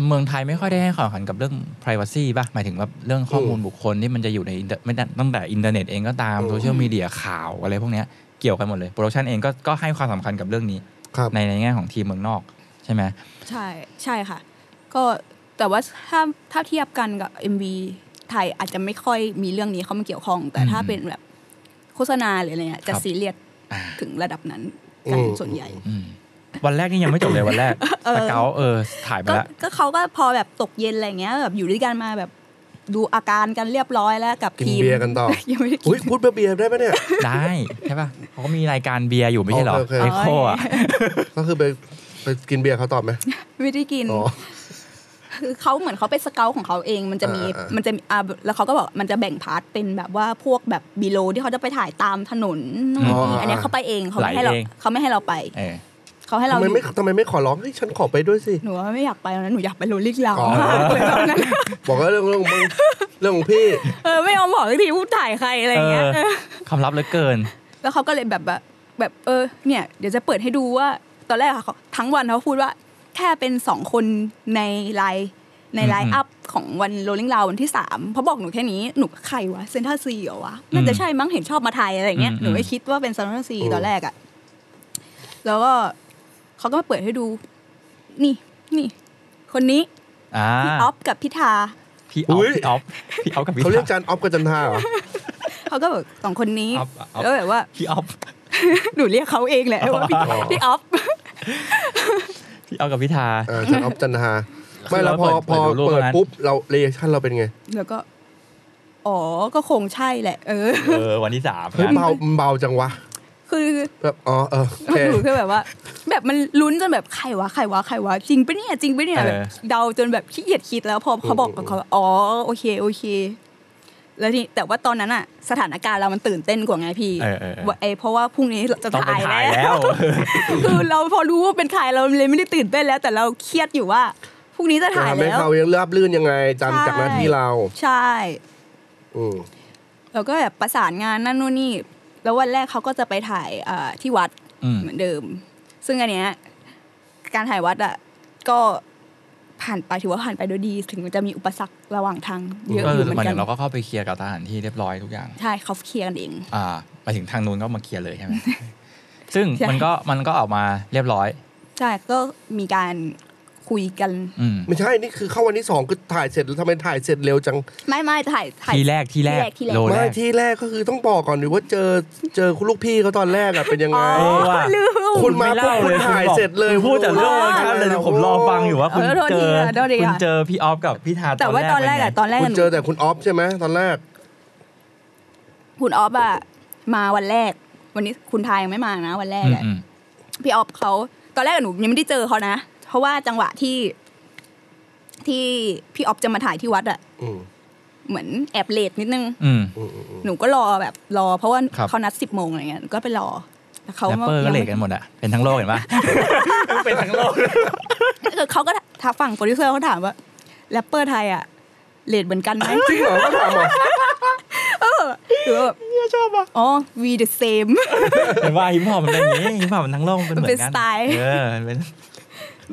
Speaker 5: เมืองไทยไม่ค่อยได้ให้ความสำคัญกับเรื่อง p r i เวซีป่ะ หมายถึงว่าเรื่องข้อมูลบุคคลที่มันจะอยู่ในอินเตอร์ไม่ได้ตั้งแต่อินเทอร์เน็ตเองก็ตาม
Speaker 2: อืม
Speaker 5: โซเชียลมีเดียข่าวอะไรพวกเนี้ยเกี่ยวกันหมดเลย โปรดักชันเองก็ก็ให้ความสำคัญกับเรื่องนี้
Speaker 2: ครับ
Speaker 5: ในในแง่ของทีมเมืองนอกใช่ไหม
Speaker 6: ใช่ใช่ค่ะ ก็แต่ว่าถ้าถ้าเทียบกันกับ MV ไทยอาจจะไม่ค่อยมีเรื่องนี้เข้ามาเกี่ยวข้อง แต่
Speaker 5: อืม
Speaker 6: ถ้าเป็นแบบโฆษณาหรืออะไรเนี่ยจะ
Speaker 5: ครับ
Speaker 6: ซีเรียส
Speaker 5: อ่า
Speaker 6: ถึงระดับนั้นกัน
Speaker 2: อืม
Speaker 6: ส่วนใหญ่
Speaker 5: อืมวันแรกนี่ยังไม่จบเลยวันแรกสเกลเออถ่ายไป
Speaker 6: ก็
Speaker 5: ละ
Speaker 6: ก็เขาก็พอแบบตกเย็นอะไรเงี้ยแบบอยู่ด้วยกันมาแบบดูอาการกันเรียบร้อยแล้วกับ
Speaker 2: กิน
Speaker 6: ทีม
Speaker 2: เบียร์กันต่อ
Speaker 6: ยังไม่ได้ กิ
Speaker 2: อุ้ยพูดเรื่องเบียร์ได้ปะเนี่ย
Speaker 5: ได้ใช่ป่ะเขาก็มีรายการเบียร์อยู่ไม่ใช่เหรอ
Speaker 2: โอเคโอ
Speaker 5: เอ
Speaker 2: เค
Speaker 5: โคอะ
Speaker 2: ก็คือไปไปกินเบียร์เขาตอบไหม
Speaker 6: ไม่ได้กิน
Speaker 2: อ๋อ
Speaker 6: คือเขาเหมือนเขาเป็นสเกลของเขาเองมันจะมี
Speaker 2: อ่าอ่าอ่ามั
Speaker 6: มันจะมีอ่าแล้วเขาก็บอกมันจะแบ่งพาร์ทเป็นแบบว่าพวกแบบบีโลที่เขาจะไปถ่ายตามถนนนู่น
Speaker 2: อ๋อ
Speaker 6: นี่
Speaker 2: อ่า
Speaker 6: อันเนี้ยเขาไปเองเขาไม่ให้เราเขาไม่ให้เราไป
Speaker 5: เออ
Speaker 6: เขาให้เรา
Speaker 2: ทำ
Speaker 6: อ
Speaker 2: ไม
Speaker 6: ยู่
Speaker 2: ไม่ทำไมไม่ขอร้องเฮ้ยฉันขอไปด้วยสิ
Speaker 6: หนูว่าไม่อยากไปแล้วนะหนูอยากไปโรลลิ่งเรา
Speaker 2: อ๋อ
Speaker 6: มากเลยตอนนั้น
Speaker 2: บอกว่าเรื่องเรื่องของมึ งเรื่องของพี่
Speaker 6: เออไม่ยอมบอกสักทีพูดถ่ายใครอะไรอย่างเงี้ย
Speaker 5: เออ คำรับเหลือเกิน
Speaker 6: แล้วเขาก็เลยแบบว่าแบบเออเนี่ยเดี๋ยวจะเปิดให้ดูว่าตอนแรกอะเขาทั้งวันเขาพูดว่าแค่เป็นสองคนในไลน์ใน
Speaker 5: อืม
Speaker 6: ไลน์อัพของวันโรลลิ่งเราวันที่สามเขาบอกหนูแค่นี้หนูใครวะเซนทัซีเหรอวะน่าจะใช่มั้งเห็นชอบมาไทยอะไรอย่างเงี้ย
Speaker 5: อืม
Speaker 6: หนูไม่คิดว่าเป็นเซนทัซี
Speaker 2: อืม
Speaker 6: ตอนแรกอะแล้วก็เขาก็มาเปิดให้ดู นี่นี่ คนนี้
Speaker 5: อ่า
Speaker 6: พี่ออฟกับพี่ทา
Speaker 5: พี่ออฟ
Speaker 2: อุ๊ย
Speaker 5: พี่ออฟพี่ออฟกับพี่
Speaker 2: เขาเรียก
Speaker 5: ทา
Speaker 2: จานออฟกับจันทาเหรอ
Speaker 6: เขาก็แบบสองคนนี้
Speaker 5: อ๊อฟอ๊อฟ
Speaker 6: แล้วแบบว่า
Speaker 5: พี่ออฟ
Speaker 6: หนูเรียกเขาเองแหละว่าพี่
Speaker 2: อ๋อ
Speaker 6: พี่ออฟ
Speaker 5: พี่ออฟกับพี่ทา
Speaker 2: เออจานออฟจัน ทาไม่แล้วพอพ
Speaker 5: เปิ
Speaker 2: อ
Speaker 5: ดดูรูป
Speaker 2: เปิด
Speaker 5: นั้น
Speaker 2: ปุ๊บเราเรีแอคชั่นเราเป็นไง
Speaker 6: แล้วก็ อ๋อ ก็คงใช่แหละ เออ
Speaker 5: เออวันที่สาม
Speaker 2: เฮ้ย
Speaker 5: นะ
Speaker 2: เบาเบาจังวะ
Speaker 6: คือ
Speaker 2: แบบอ๋อเออโอเค
Speaker 6: หนูคือแบบว่า แบบมันลุ้นจนแบบใครวะใครวะใครวะจริงปะเนี่ยจริงปะเนี่ยแบบเดาจนแบบขี้เกียจคิดแล้วพอเขาบอกกับเขาอ๋อโอเคโอเค แล้วทีแต่ว่าตอนนั้นอะสถานการณ์เรามันตื่นเต้นกว่าไงพี่
Speaker 5: เออเออเออ
Speaker 6: ว่าไอเพราะว่าพรุ่งนี้เราจะ
Speaker 5: ต้องไป
Speaker 6: ถ่าย
Speaker 5: ถ่าย
Speaker 6: แล้
Speaker 5: แล้ว ว
Speaker 6: คือเราพอรู้ว่าเป็นใครเราเลยไม่ได้ตื่นเต้นแล้ว แต่เราเครียดอยู่ว่าพรุ่งนี้จะ
Speaker 2: จะ
Speaker 6: ถ่าย
Speaker 2: ทำให้
Speaker 6: แล้ว
Speaker 2: เขายังราบลื่นยังไงจำ
Speaker 6: ใช่
Speaker 2: จากหน้าที่เรา
Speaker 6: ใช่
Speaker 2: อืม
Speaker 6: เราก็แบบประสานงานนั่นนู่นนี่ แล้ววันแรกเขาก็จะไปถ่ายเอ่อที่วัด
Speaker 5: อืม
Speaker 6: เหมือนเดิม ซึ่งอันเนี้ยการถ่ายวัดอ่ะก็ ผ่านไปถือว่าผ่านไปด้วยดี ถึงมันจะมีอุปสรรคระหว่างทางเยอะ
Speaker 5: ก็
Speaker 6: อ
Speaker 5: คื
Speaker 6: ยู่
Speaker 5: อ
Speaker 6: เหมื
Speaker 5: หมา
Speaker 6: อย นกั
Speaker 5: ถึ
Speaker 6: น
Speaker 5: งเราก็เข้าไปเคลียร์กับทหารที่เรียบร้อยทุกอย่าง
Speaker 6: ใช่เขาเคลียร์กันเอง
Speaker 5: อ่าหมายถึงทางนู้นก็มาเคลียร์เลยใช่ไหม ซึ่ง
Speaker 6: ใช่
Speaker 5: มันก็มันก็ออกมาเรียบร้อย
Speaker 6: ใช่ก็มีการคุยกัน
Speaker 5: อืม
Speaker 2: ไม่ใช่ นี่คือเข้าวันที่สองคือถ่ายเสร็จแล้วทำไมถ่ายเสร็จเร็วจัง
Speaker 6: ไม่ไม่ถ่ายถ่าย
Speaker 5: ที่แรกที่แรก
Speaker 6: ที่แรก
Speaker 5: โลแร
Speaker 2: ไม่
Speaker 5: ก
Speaker 2: ที่แรกก็คือต้องบอกก่อนดิว่าเจอเจอคุณลูกพี่เขาตอนแรกอะเป็นยังไง
Speaker 5: อ๋อ ว่ะ
Speaker 6: ลืม
Speaker 2: คุณมาปุ๊บคุณ
Speaker 5: ณ
Speaker 2: ถ่าย
Speaker 5: บอก
Speaker 2: เสร็จเลย
Speaker 5: คุณพูดแต่เรื่องรสชาติเลยผมรอฟังอยู่ว่าคุณ
Speaker 6: เออโทษ
Speaker 5: เจ
Speaker 6: ที
Speaker 5: อ
Speaker 6: ค่ะโทษที
Speaker 5: คุณ
Speaker 6: ค่ะ
Speaker 5: เจอพี่ออฟกับพี่ทา
Speaker 6: แต่ว่าตอนแรกอะตอนแรก
Speaker 2: คุณ
Speaker 6: อะหนู
Speaker 2: เจอแต่คุณออฟใช่ไหมตอนแรก
Speaker 6: คุณออฟอะมาวันแรก วันนี้คุณทายยังไม่มานะ วันแร
Speaker 5: เป็น
Speaker 6: ก
Speaker 5: ไง
Speaker 6: อะ
Speaker 5: อืม
Speaker 6: พี่ออฟเขาตอนแรกอะหนูยังไม่ได้เจอเขานะ เพราะว่าจังหวะที่ ที่พี่ออฟจะมาถ่ายที่วัดอะ
Speaker 2: อืม
Speaker 6: เหมือนแอบเลทนิดนึง
Speaker 5: อืม
Speaker 2: อืมอืมอืม
Speaker 6: หนูก็รอแบบรอ เพราะว่า
Speaker 5: ครับ
Speaker 6: เขานัดสิบโมงอะไรเงี้ยหนูก็ไปรอแต่เขา
Speaker 5: แรปเปอร์ก็เลทกันหมดอะเป็นทั้งโลก เห็นปะ เป็นทั้งโลก
Speaker 6: คือเขาก็ถามฝั่งโปรดิวเซอร์เขาถามว่าแรปเปอร์ไทยอะเลทเหมือนกันไหม
Speaker 2: จริงเหรอก็ถามเหรอ
Speaker 6: หรือว่าแบบชอบอ่ะอ๋อ we the same
Speaker 5: เห็นว่าฮิปฮอปมันเป็นอย่างนี้ฮิปฮอปมันทั้งโลกมันเป็นเหมือน
Speaker 6: มันเป็
Speaker 5: กัน
Speaker 6: นสไตล์
Speaker 5: เออมันเป็น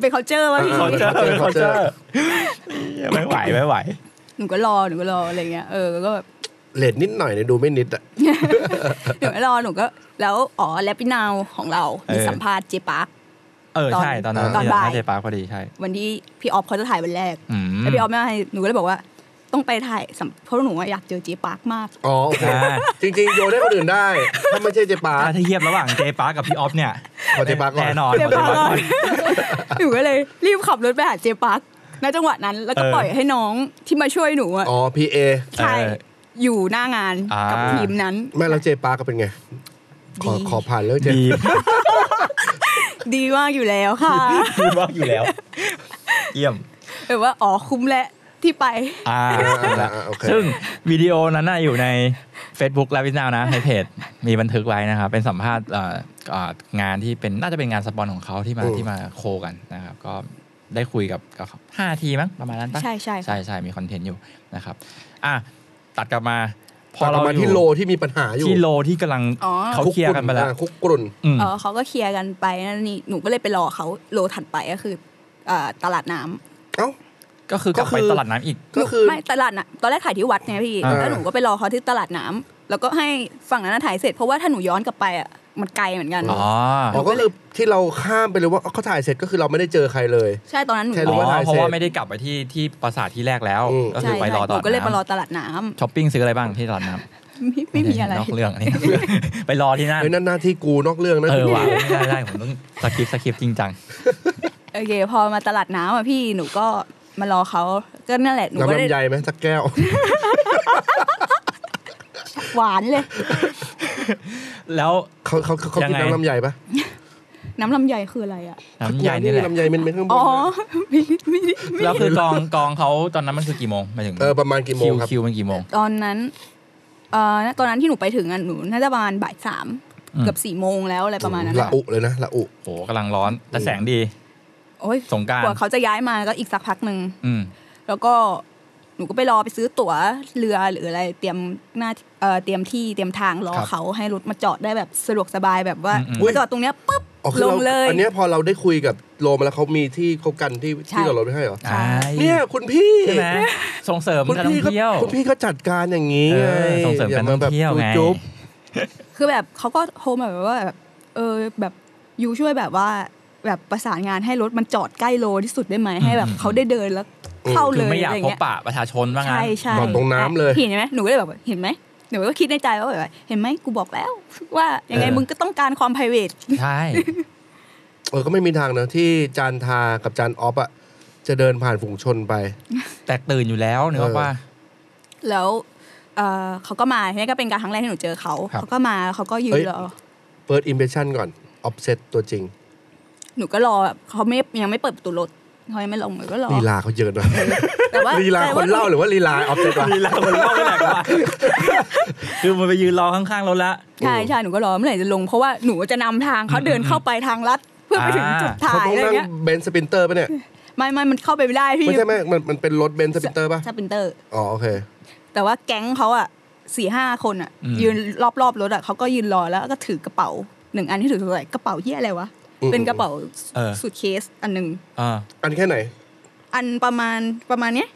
Speaker 6: เป็น culture ว่ะพี่
Speaker 5: เขาเจอเขาเจอไม่ไหวไม่ไหว
Speaker 6: หนูก็รอ หนูก็รอ อะไรเงี้ย เออ ก็แบบ
Speaker 2: เลดนิดหน่อยเนี่ยดูไม่นิดอะ
Speaker 6: หนูก็รอ หนูก็ แล้ว อ๋อ แลปินาวของเรา มี
Speaker 5: เออ
Speaker 6: สัมภาษณ์เจปาร์ค
Speaker 5: เออใช่ตอนนั้น
Speaker 6: ตอนบ่าย
Speaker 5: เจปาร์คพอดีใช่
Speaker 6: วันที่พี่ออฟเขาจะถ่ายวันแรก
Speaker 5: อืม
Speaker 6: แล้วพี่ออฟไม่ให้ หนูก็เลยบอกว่า ต้องไปถ่ายสัมเพราะหนูอะอยากเจอเจปาร์คมาก
Speaker 2: อ๋อโอเค
Speaker 5: อ่า
Speaker 2: จริงๆโยนให้คนอื่นได้ ถ้าไม่ใช่เจปา
Speaker 5: ถ้าเทียบระหว่างเจปาร์คกับพี่ออฟเนี่ย
Speaker 2: ขอเจปาก่อน
Speaker 5: แน่นอน
Speaker 6: เจปาร์ค หนูก็เลยรีบขับรถไปหาเจปาร์คณจังหวะนั้น แล้วก็ปล่อยให้น้องที่มาช่วยหนูอะ
Speaker 2: อ๋อพีเอ
Speaker 5: เอ
Speaker 6: ใช่
Speaker 5: อ
Speaker 6: อยู่หน้างาน
Speaker 5: อ่ากั
Speaker 6: กับทีมนั้น
Speaker 2: แม่แล้วเจปาก็เป็นไง ขอ
Speaker 6: ดี
Speaker 2: ขอผ่านเรื่องเจ
Speaker 5: ดี
Speaker 6: ดีมากอยู่แล้วค่ะ
Speaker 5: ดีมากอยู่แล้ว เยี่ยม
Speaker 6: แบบว่า อ๋อ คุ้มและที่ไป
Speaker 5: อ่า
Speaker 2: อ่าอ่าโอเค
Speaker 5: ซึ่งวิดีโอนั้นน่ะอยู่ใน Facebook และวิจาวนะในเพจมีบันทึกไว้นะครับ เป็นสัมภาษณ์เอ่อเอ่องานที่เป็นน่าจะเป็นงานสปอนของเขาที่มาที่มาโคกันนะครับ ก็ได้คุยกับกับห้าทีมั้งประมาณนั้นปะ
Speaker 6: ใช่ใช่ค่ะ
Speaker 5: ใช่ใช่มีคอนเทนต์อยู่นะครับ อ่ะ ตัดกลับมา พ
Speaker 2: พ
Speaker 5: อ
Speaker 2: อ
Speaker 5: เรา
Speaker 2: เรามา
Speaker 5: อ
Speaker 2: ที่
Speaker 5: ยู่
Speaker 2: โลที่มีปัญหาอยู่
Speaker 5: ที่โลที่กำลัง
Speaker 6: อ๋อ
Speaker 5: เขาเคลียร์กันไปแล้ว
Speaker 2: คุกกรุ่น
Speaker 5: อืม
Speaker 6: เออเขาก็เคลียร์กันไปนั่นนี่หนูก็เลยไปรอเขาโลถัดไปก็คือเอ่อตลาดน้ำ
Speaker 2: เอ้า
Speaker 5: ก็คือกลับไป
Speaker 2: ก็คือ
Speaker 5: ตลาดน้ำอีก
Speaker 2: ก็คือ
Speaker 6: ไม่ตลาดนะตอนแรกถ่ายที่วัดไงพี่
Speaker 5: อ่า
Speaker 6: แล้วหนูก็ไปรอเขาที่ตลาดน้ำแล้วก็ให้ฝั่งนั้นนะถ่ายเสร็จเพราะว่าถ้าหนูย้อนกลับไปอ่ะมันไกลเหมือนกัน
Speaker 5: อ๋อ
Speaker 2: อ๋อก็คือที่เราข้ามไปเลยว่าเขาถ่ายเสร็จก็คือเราไม่ได้เจอใครเลย
Speaker 6: ใช่ตอนนั้นหนู
Speaker 2: ใช่
Speaker 5: อ๋
Speaker 2: รู้ว่า
Speaker 5: อ
Speaker 2: ถ่าย
Speaker 5: เพราะ
Speaker 2: เสร็จ
Speaker 5: ว่าไม่ได้กลับไปที่ที่ปราสาทที่แรกแล้ว
Speaker 2: อืม
Speaker 5: ก็คือไปรอต
Speaker 6: ห
Speaker 5: ลา
Speaker 6: นู
Speaker 5: ด
Speaker 6: ก็เลยไปรอ
Speaker 5: น้ำ
Speaker 6: ตลาดน้ำ
Speaker 5: ช้อปปิ้งซื้ออะไรบ้างที่ตลาดน้ำ
Speaker 6: ไม่ไม่มีอะไร
Speaker 5: นอกเรื่องอันนี้ ไปรอที่นั่น
Speaker 2: เฮ้ยนั่นหน้าที่กูนอกเรื่องนะ
Speaker 5: เออว่ะได้ได้ผมต้องสคริปต์สคริปต์จริงจัง
Speaker 6: โอเค พอมาตลาดน้ำอ่ะพี่หนูก็มารอเขาก็นั่นแหละหนูก็
Speaker 2: น้ำ
Speaker 6: ได้
Speaker 2: ลำไยไหมสักแก้ว
Speaker 6: หวานเลย
Speaker 5: แล้ว
Speaker 2: เขาเขาเขาเขา
Speaker 5: ยัง
Speaker 2: กิน
Speaker 5: ไง
Speaker 2: น้ำลำไยปะ
Speaker 6: น้ำลำไยคืออะไรอ่ะ
Speaker 5: น้ำใหญ่นี่แหละ
Speaker 2: ลำไยเป็นเม็ดข้างบน
Speaker 6: อ๋อ
Speaker 2: นะ
Speaker 6: ไม่ไม่ได้ไม่
Speaker 5: แล้วคือกองกองเขาตอนนั้นมันคือกี่โมงหมายถึง
Speaker 2: เออประมาณกี่โม
Speaker 5: คิ
Speaker 2: ง
Speaker 5: ว
Speaker 2: ครับ
Speaker 5: คิวมันกี่โมง
Speaker 6: ตอนนั้นเอ่อตอนนั้นที่หนูไปถึงอ่ะหนูน่าจะประมาณบ่ายสาม
Speaker 5: อืม
Speaker 6: เกือบสี่โมงแล้วอะไรประมาณนั้น
Speaker 2: ละ
Speaker 6: ค่ะ
Speaker 2: อุเลยนะละอุ
Speaker 5: โหกำลังร้อนแต่แสงดี
Speaker 6: โอ้ย
Speaker 5: สงกรานต์
Speaker 6: กว่าเขาจะย้ายมาก็อีกสักพักหนึ่ง
Speaker 5: อืม
Speaker 6: แล้วก็หนูก็ไปรอไปซื้อตั๋วเรือหรืออะไร เตรียมหน้าเอ่อเตรียมที่เตรียมทางรอ
Speaker 5: ครับ
Speaker 6: เขาให้รถมาจอดได้แบบสะดวกสบายแบบว่า
Speaker 5: อืม
Speaker 2: อุ๊ย
Speaker 6: มาจอดตรงเนี้ยปุ๊บ
Speaker 2: อ๋อคือ
Speaker 6: ล
Speaker 2: เรา
Speaker 6: งเลย
Speaker 2: อันเนี้ยพอเราได้คุยกับโลมาแล้วเขามีที่เขากันที่
Speaker 6: ใช่
Speaker 2: ที่เราลดไม่ให้เหรอ
Speaker 5: ใช่
Speaker 2: เนี่ยคุณพี่
Speaker 5: ใช่ไหมส่งเสริม
Speaker 2: คุณ
Speaker 5: การท่อ
Speaker 2: พี่
Speaker 5: ง
Speaker 2: ก็
Speaker 5: เที่ยว
Speaker 2: คุณพี่ก็จัดการอย่างนี้
Speaker 5: เอ
Speaker 2: ไง
Speaker 5: อส่งเสริมการท่องเที่ยวไง
Speaker 2: อามาแบบจุ๊บ
Speaker 6: คือแบบเขาก็โทรมาแบบว่าแบบเออแบบอยูช่วยแบบว่าแบบประสานงานให้รถมันจอดใกล้โลที่สุดได้ไหมให้แบบ
Speaker 5: อืม
Speaker 6: เขาได้เดินแล้วเข้า
Speaker 5: คื
Speaker 6: เล
Speaker 5: อยไม่อยา
Speaker 6: อะ
Speaker 5: ก
Speaker 6: ไรอย่า
Speaker 5: พ
Speaker 6: ง
Speaker 5: บ
Speaker 6: เงี้ย
Speaker 5: ปะประชาชนว่างั้น
Speaker 6: ใช่ใช่
Speaker 2: ๆบอกตรงน้ำเลย
Speaker 6: เห็นไหมหนูก็เลยแบบเห็นไหมหนูก็คิดในใจว่าแบบเห็นไหมกูบอกแล้ว ว่ายังไงมึงก็ต้องการความ p r i v a t
Speaker 5: ใช่
Speaker 2: เออก็ไม่มีทางนะที่จานทากับจานออฟอะจะเดินผ่านฝูงชนไป
Speaker 5: แตกตื่นอยู่แล้วเนกออกว่า
Speaker 6: แล้วเอ่อเขาก็มาเนี่ยก็เป็นการครั้งแรกที่หนูเจอเขา
Speaker 5: ครับ
Speaker 6: เขาก็มาเขาก็ยื
Speaker 2: เฮ้
Speaker 6: น
Speaker 2: ย
Speaker 6: รอ
Speaker 2: เปิดอิมเพรสชันก่อนออฟเซตตัวจริง
Speaker 6: หนูก็รอแบบเขาไม่ยังไม่เปิดประตูรถเขายังไม่ลงหนูก็รอ
Speaker 2: ลีลาเขาเยอะนะ
Speaker 6: แต่ว่า
Speaker 2: ลีลา
Speaker 6: แต่
Speaker 2: ค
Speaker 6: ว่
Speaker 2: นเล่าหรือว่าลีลาออฟเซตวะ
Speaker 5: ลีลาคนเล่าไม่หนักว่าคือมันไปยืนรอข้างๆรถละ
Speaker 6: ใช่ใช่หนูก็รอเมื่อไหร่จะลง เพราะว่าหนูจะนำทางเขาเดินเข้าไปทางลัดเพื่อไปถึง
Speaker 5: อ่า
Speaker 6: จุดถ่า
Speaker 2: เขา
Speaker 6: ย
Speaker 2: ต้อง
Speaker 6: อะไร
Speaker 2: นั่ง
Speaker 6: เงี้ย
Speaker 2: เบนซ์สปินเตอร์ป่ะเนี่ย
Speaker 6: ไม่ไม่มันเข้าไปไม่ได้พี่
Speaker 2: ไม่ใช่ไหมมันมันเป็นรถเบนซ์สปินเตอร์ป่ะ
Speaker 6: สปินเตอร์
Speaker 2: อ๋อ โอเค
Speaker 6: แต่ว่าแก๊งเขาอ่ะสี่ห้าคนอ่ะ
Speaker 5: อืม
Speaker 6: ยืนรอบรอบๆรถอ่ะเขาก็ยืนรอแล้วก็ถือกระเป๋าหนึ่งอันที่ถืออะไรกระเป๋าเหียอะไรวะ
Speaker 2: อืม
Speaker 6: เป็นกระเป๋า
Speaker 5: เออ
Speaker 6: สูทเคสอันหนึ่ง
Speaker 5: อ่า
Speaker 2: อันแค่ไหน
Speaker 6: อันประมาณประมาณเนี้ย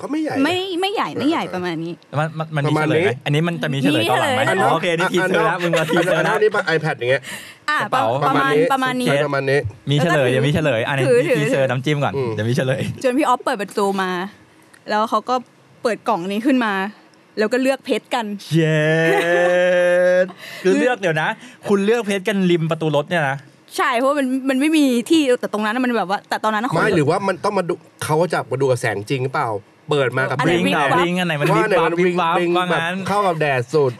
Speaker 2: ก็ไม่ใหญ่
Speaker 6: ไม่ไม่ใหญ่ไม่ใหญ่ประมาณนี้
Speaker 5: มันมันมันมี
Speaker 2: ประมา
Speaker 5: เฉ
Speaker 2: ณ
Speaker 5: ลยไห
Speaker 2: นี้
Speaker 5: มอันนี้มันจะมีเฉลย
Speaker 6: มี
Speaker 5: ตอนหลังไหม
Speaker 6: เฉลยแล้ว
Speaker 5: อ๋อโอเคนี่ทีเซอร์นะมึงมาทีเซอร์
Speaker 2: น
Speaker 5: นะ
Speaker 2: นี้มา iPad อย่างเงี้ย
Speaker 6: อ่ะ
Speaker 5: กระเป๋า
Speaker 6: ประมาณประมาณนี้
Speaker 2: ใช่ประมาณนี้
Speaker 5: มีเฉลยเดี๋ยวมีเฉลยอันนี้
Speaker 6: ถือถือ
Speaker 5: ทีเซอร์น้ำจิ้มก่อน
Speaker 2: อืม
Speaker 5: เดี๋ยวมีเฉลย
Speaker 6: จนพี่ออฟเปิดประตูมา แล้วเขาก็เปิดกล่องนี้ขึ้นมา แล้วก็เลือกเพชรกัน
Speaker 5: เย็ดคือเลือกเดี๋ยวนะ คุณเลือกเพชรกันริมประตูรถเนี่ยนะ
Speaker 6: ใช่เพราะว่ามันมันไม่มีที่แต่ตรงนั้นนะมันแบบว่า แต่ตอนนั้นนะคน
Speaker 2: ไม่หรือว่ามันต้องมาดูเขาจะมาดูกับแสงจริงหรือเปล่า เปิดมากับ
Speaker 6: อัน
Speaker 5: บ
Speaker 6: ไหน
Speaker 5: ลิง
Speaker 6: วิ่ง
Speaker 5: เดา
Speaker 6: วับ
Speaker 5: บลิงอันไหนมันวิบ
Speaker 2: ว่าใน
Speaker 5: วั
Speaker 2: วั
Speaker 5: บ
Speaker 2: น
Speaker 5: วิ
Speaker 2: วิ่
Speaker 5: บ
Speaker 2: ง
Speaker 5: วับ
Speaker 2: วิ่ง
Speaker 5: ว่า
Speaker 2: แบบ
Speaker 5: งั้น
Speaker 2: เข้ากับแดดสุด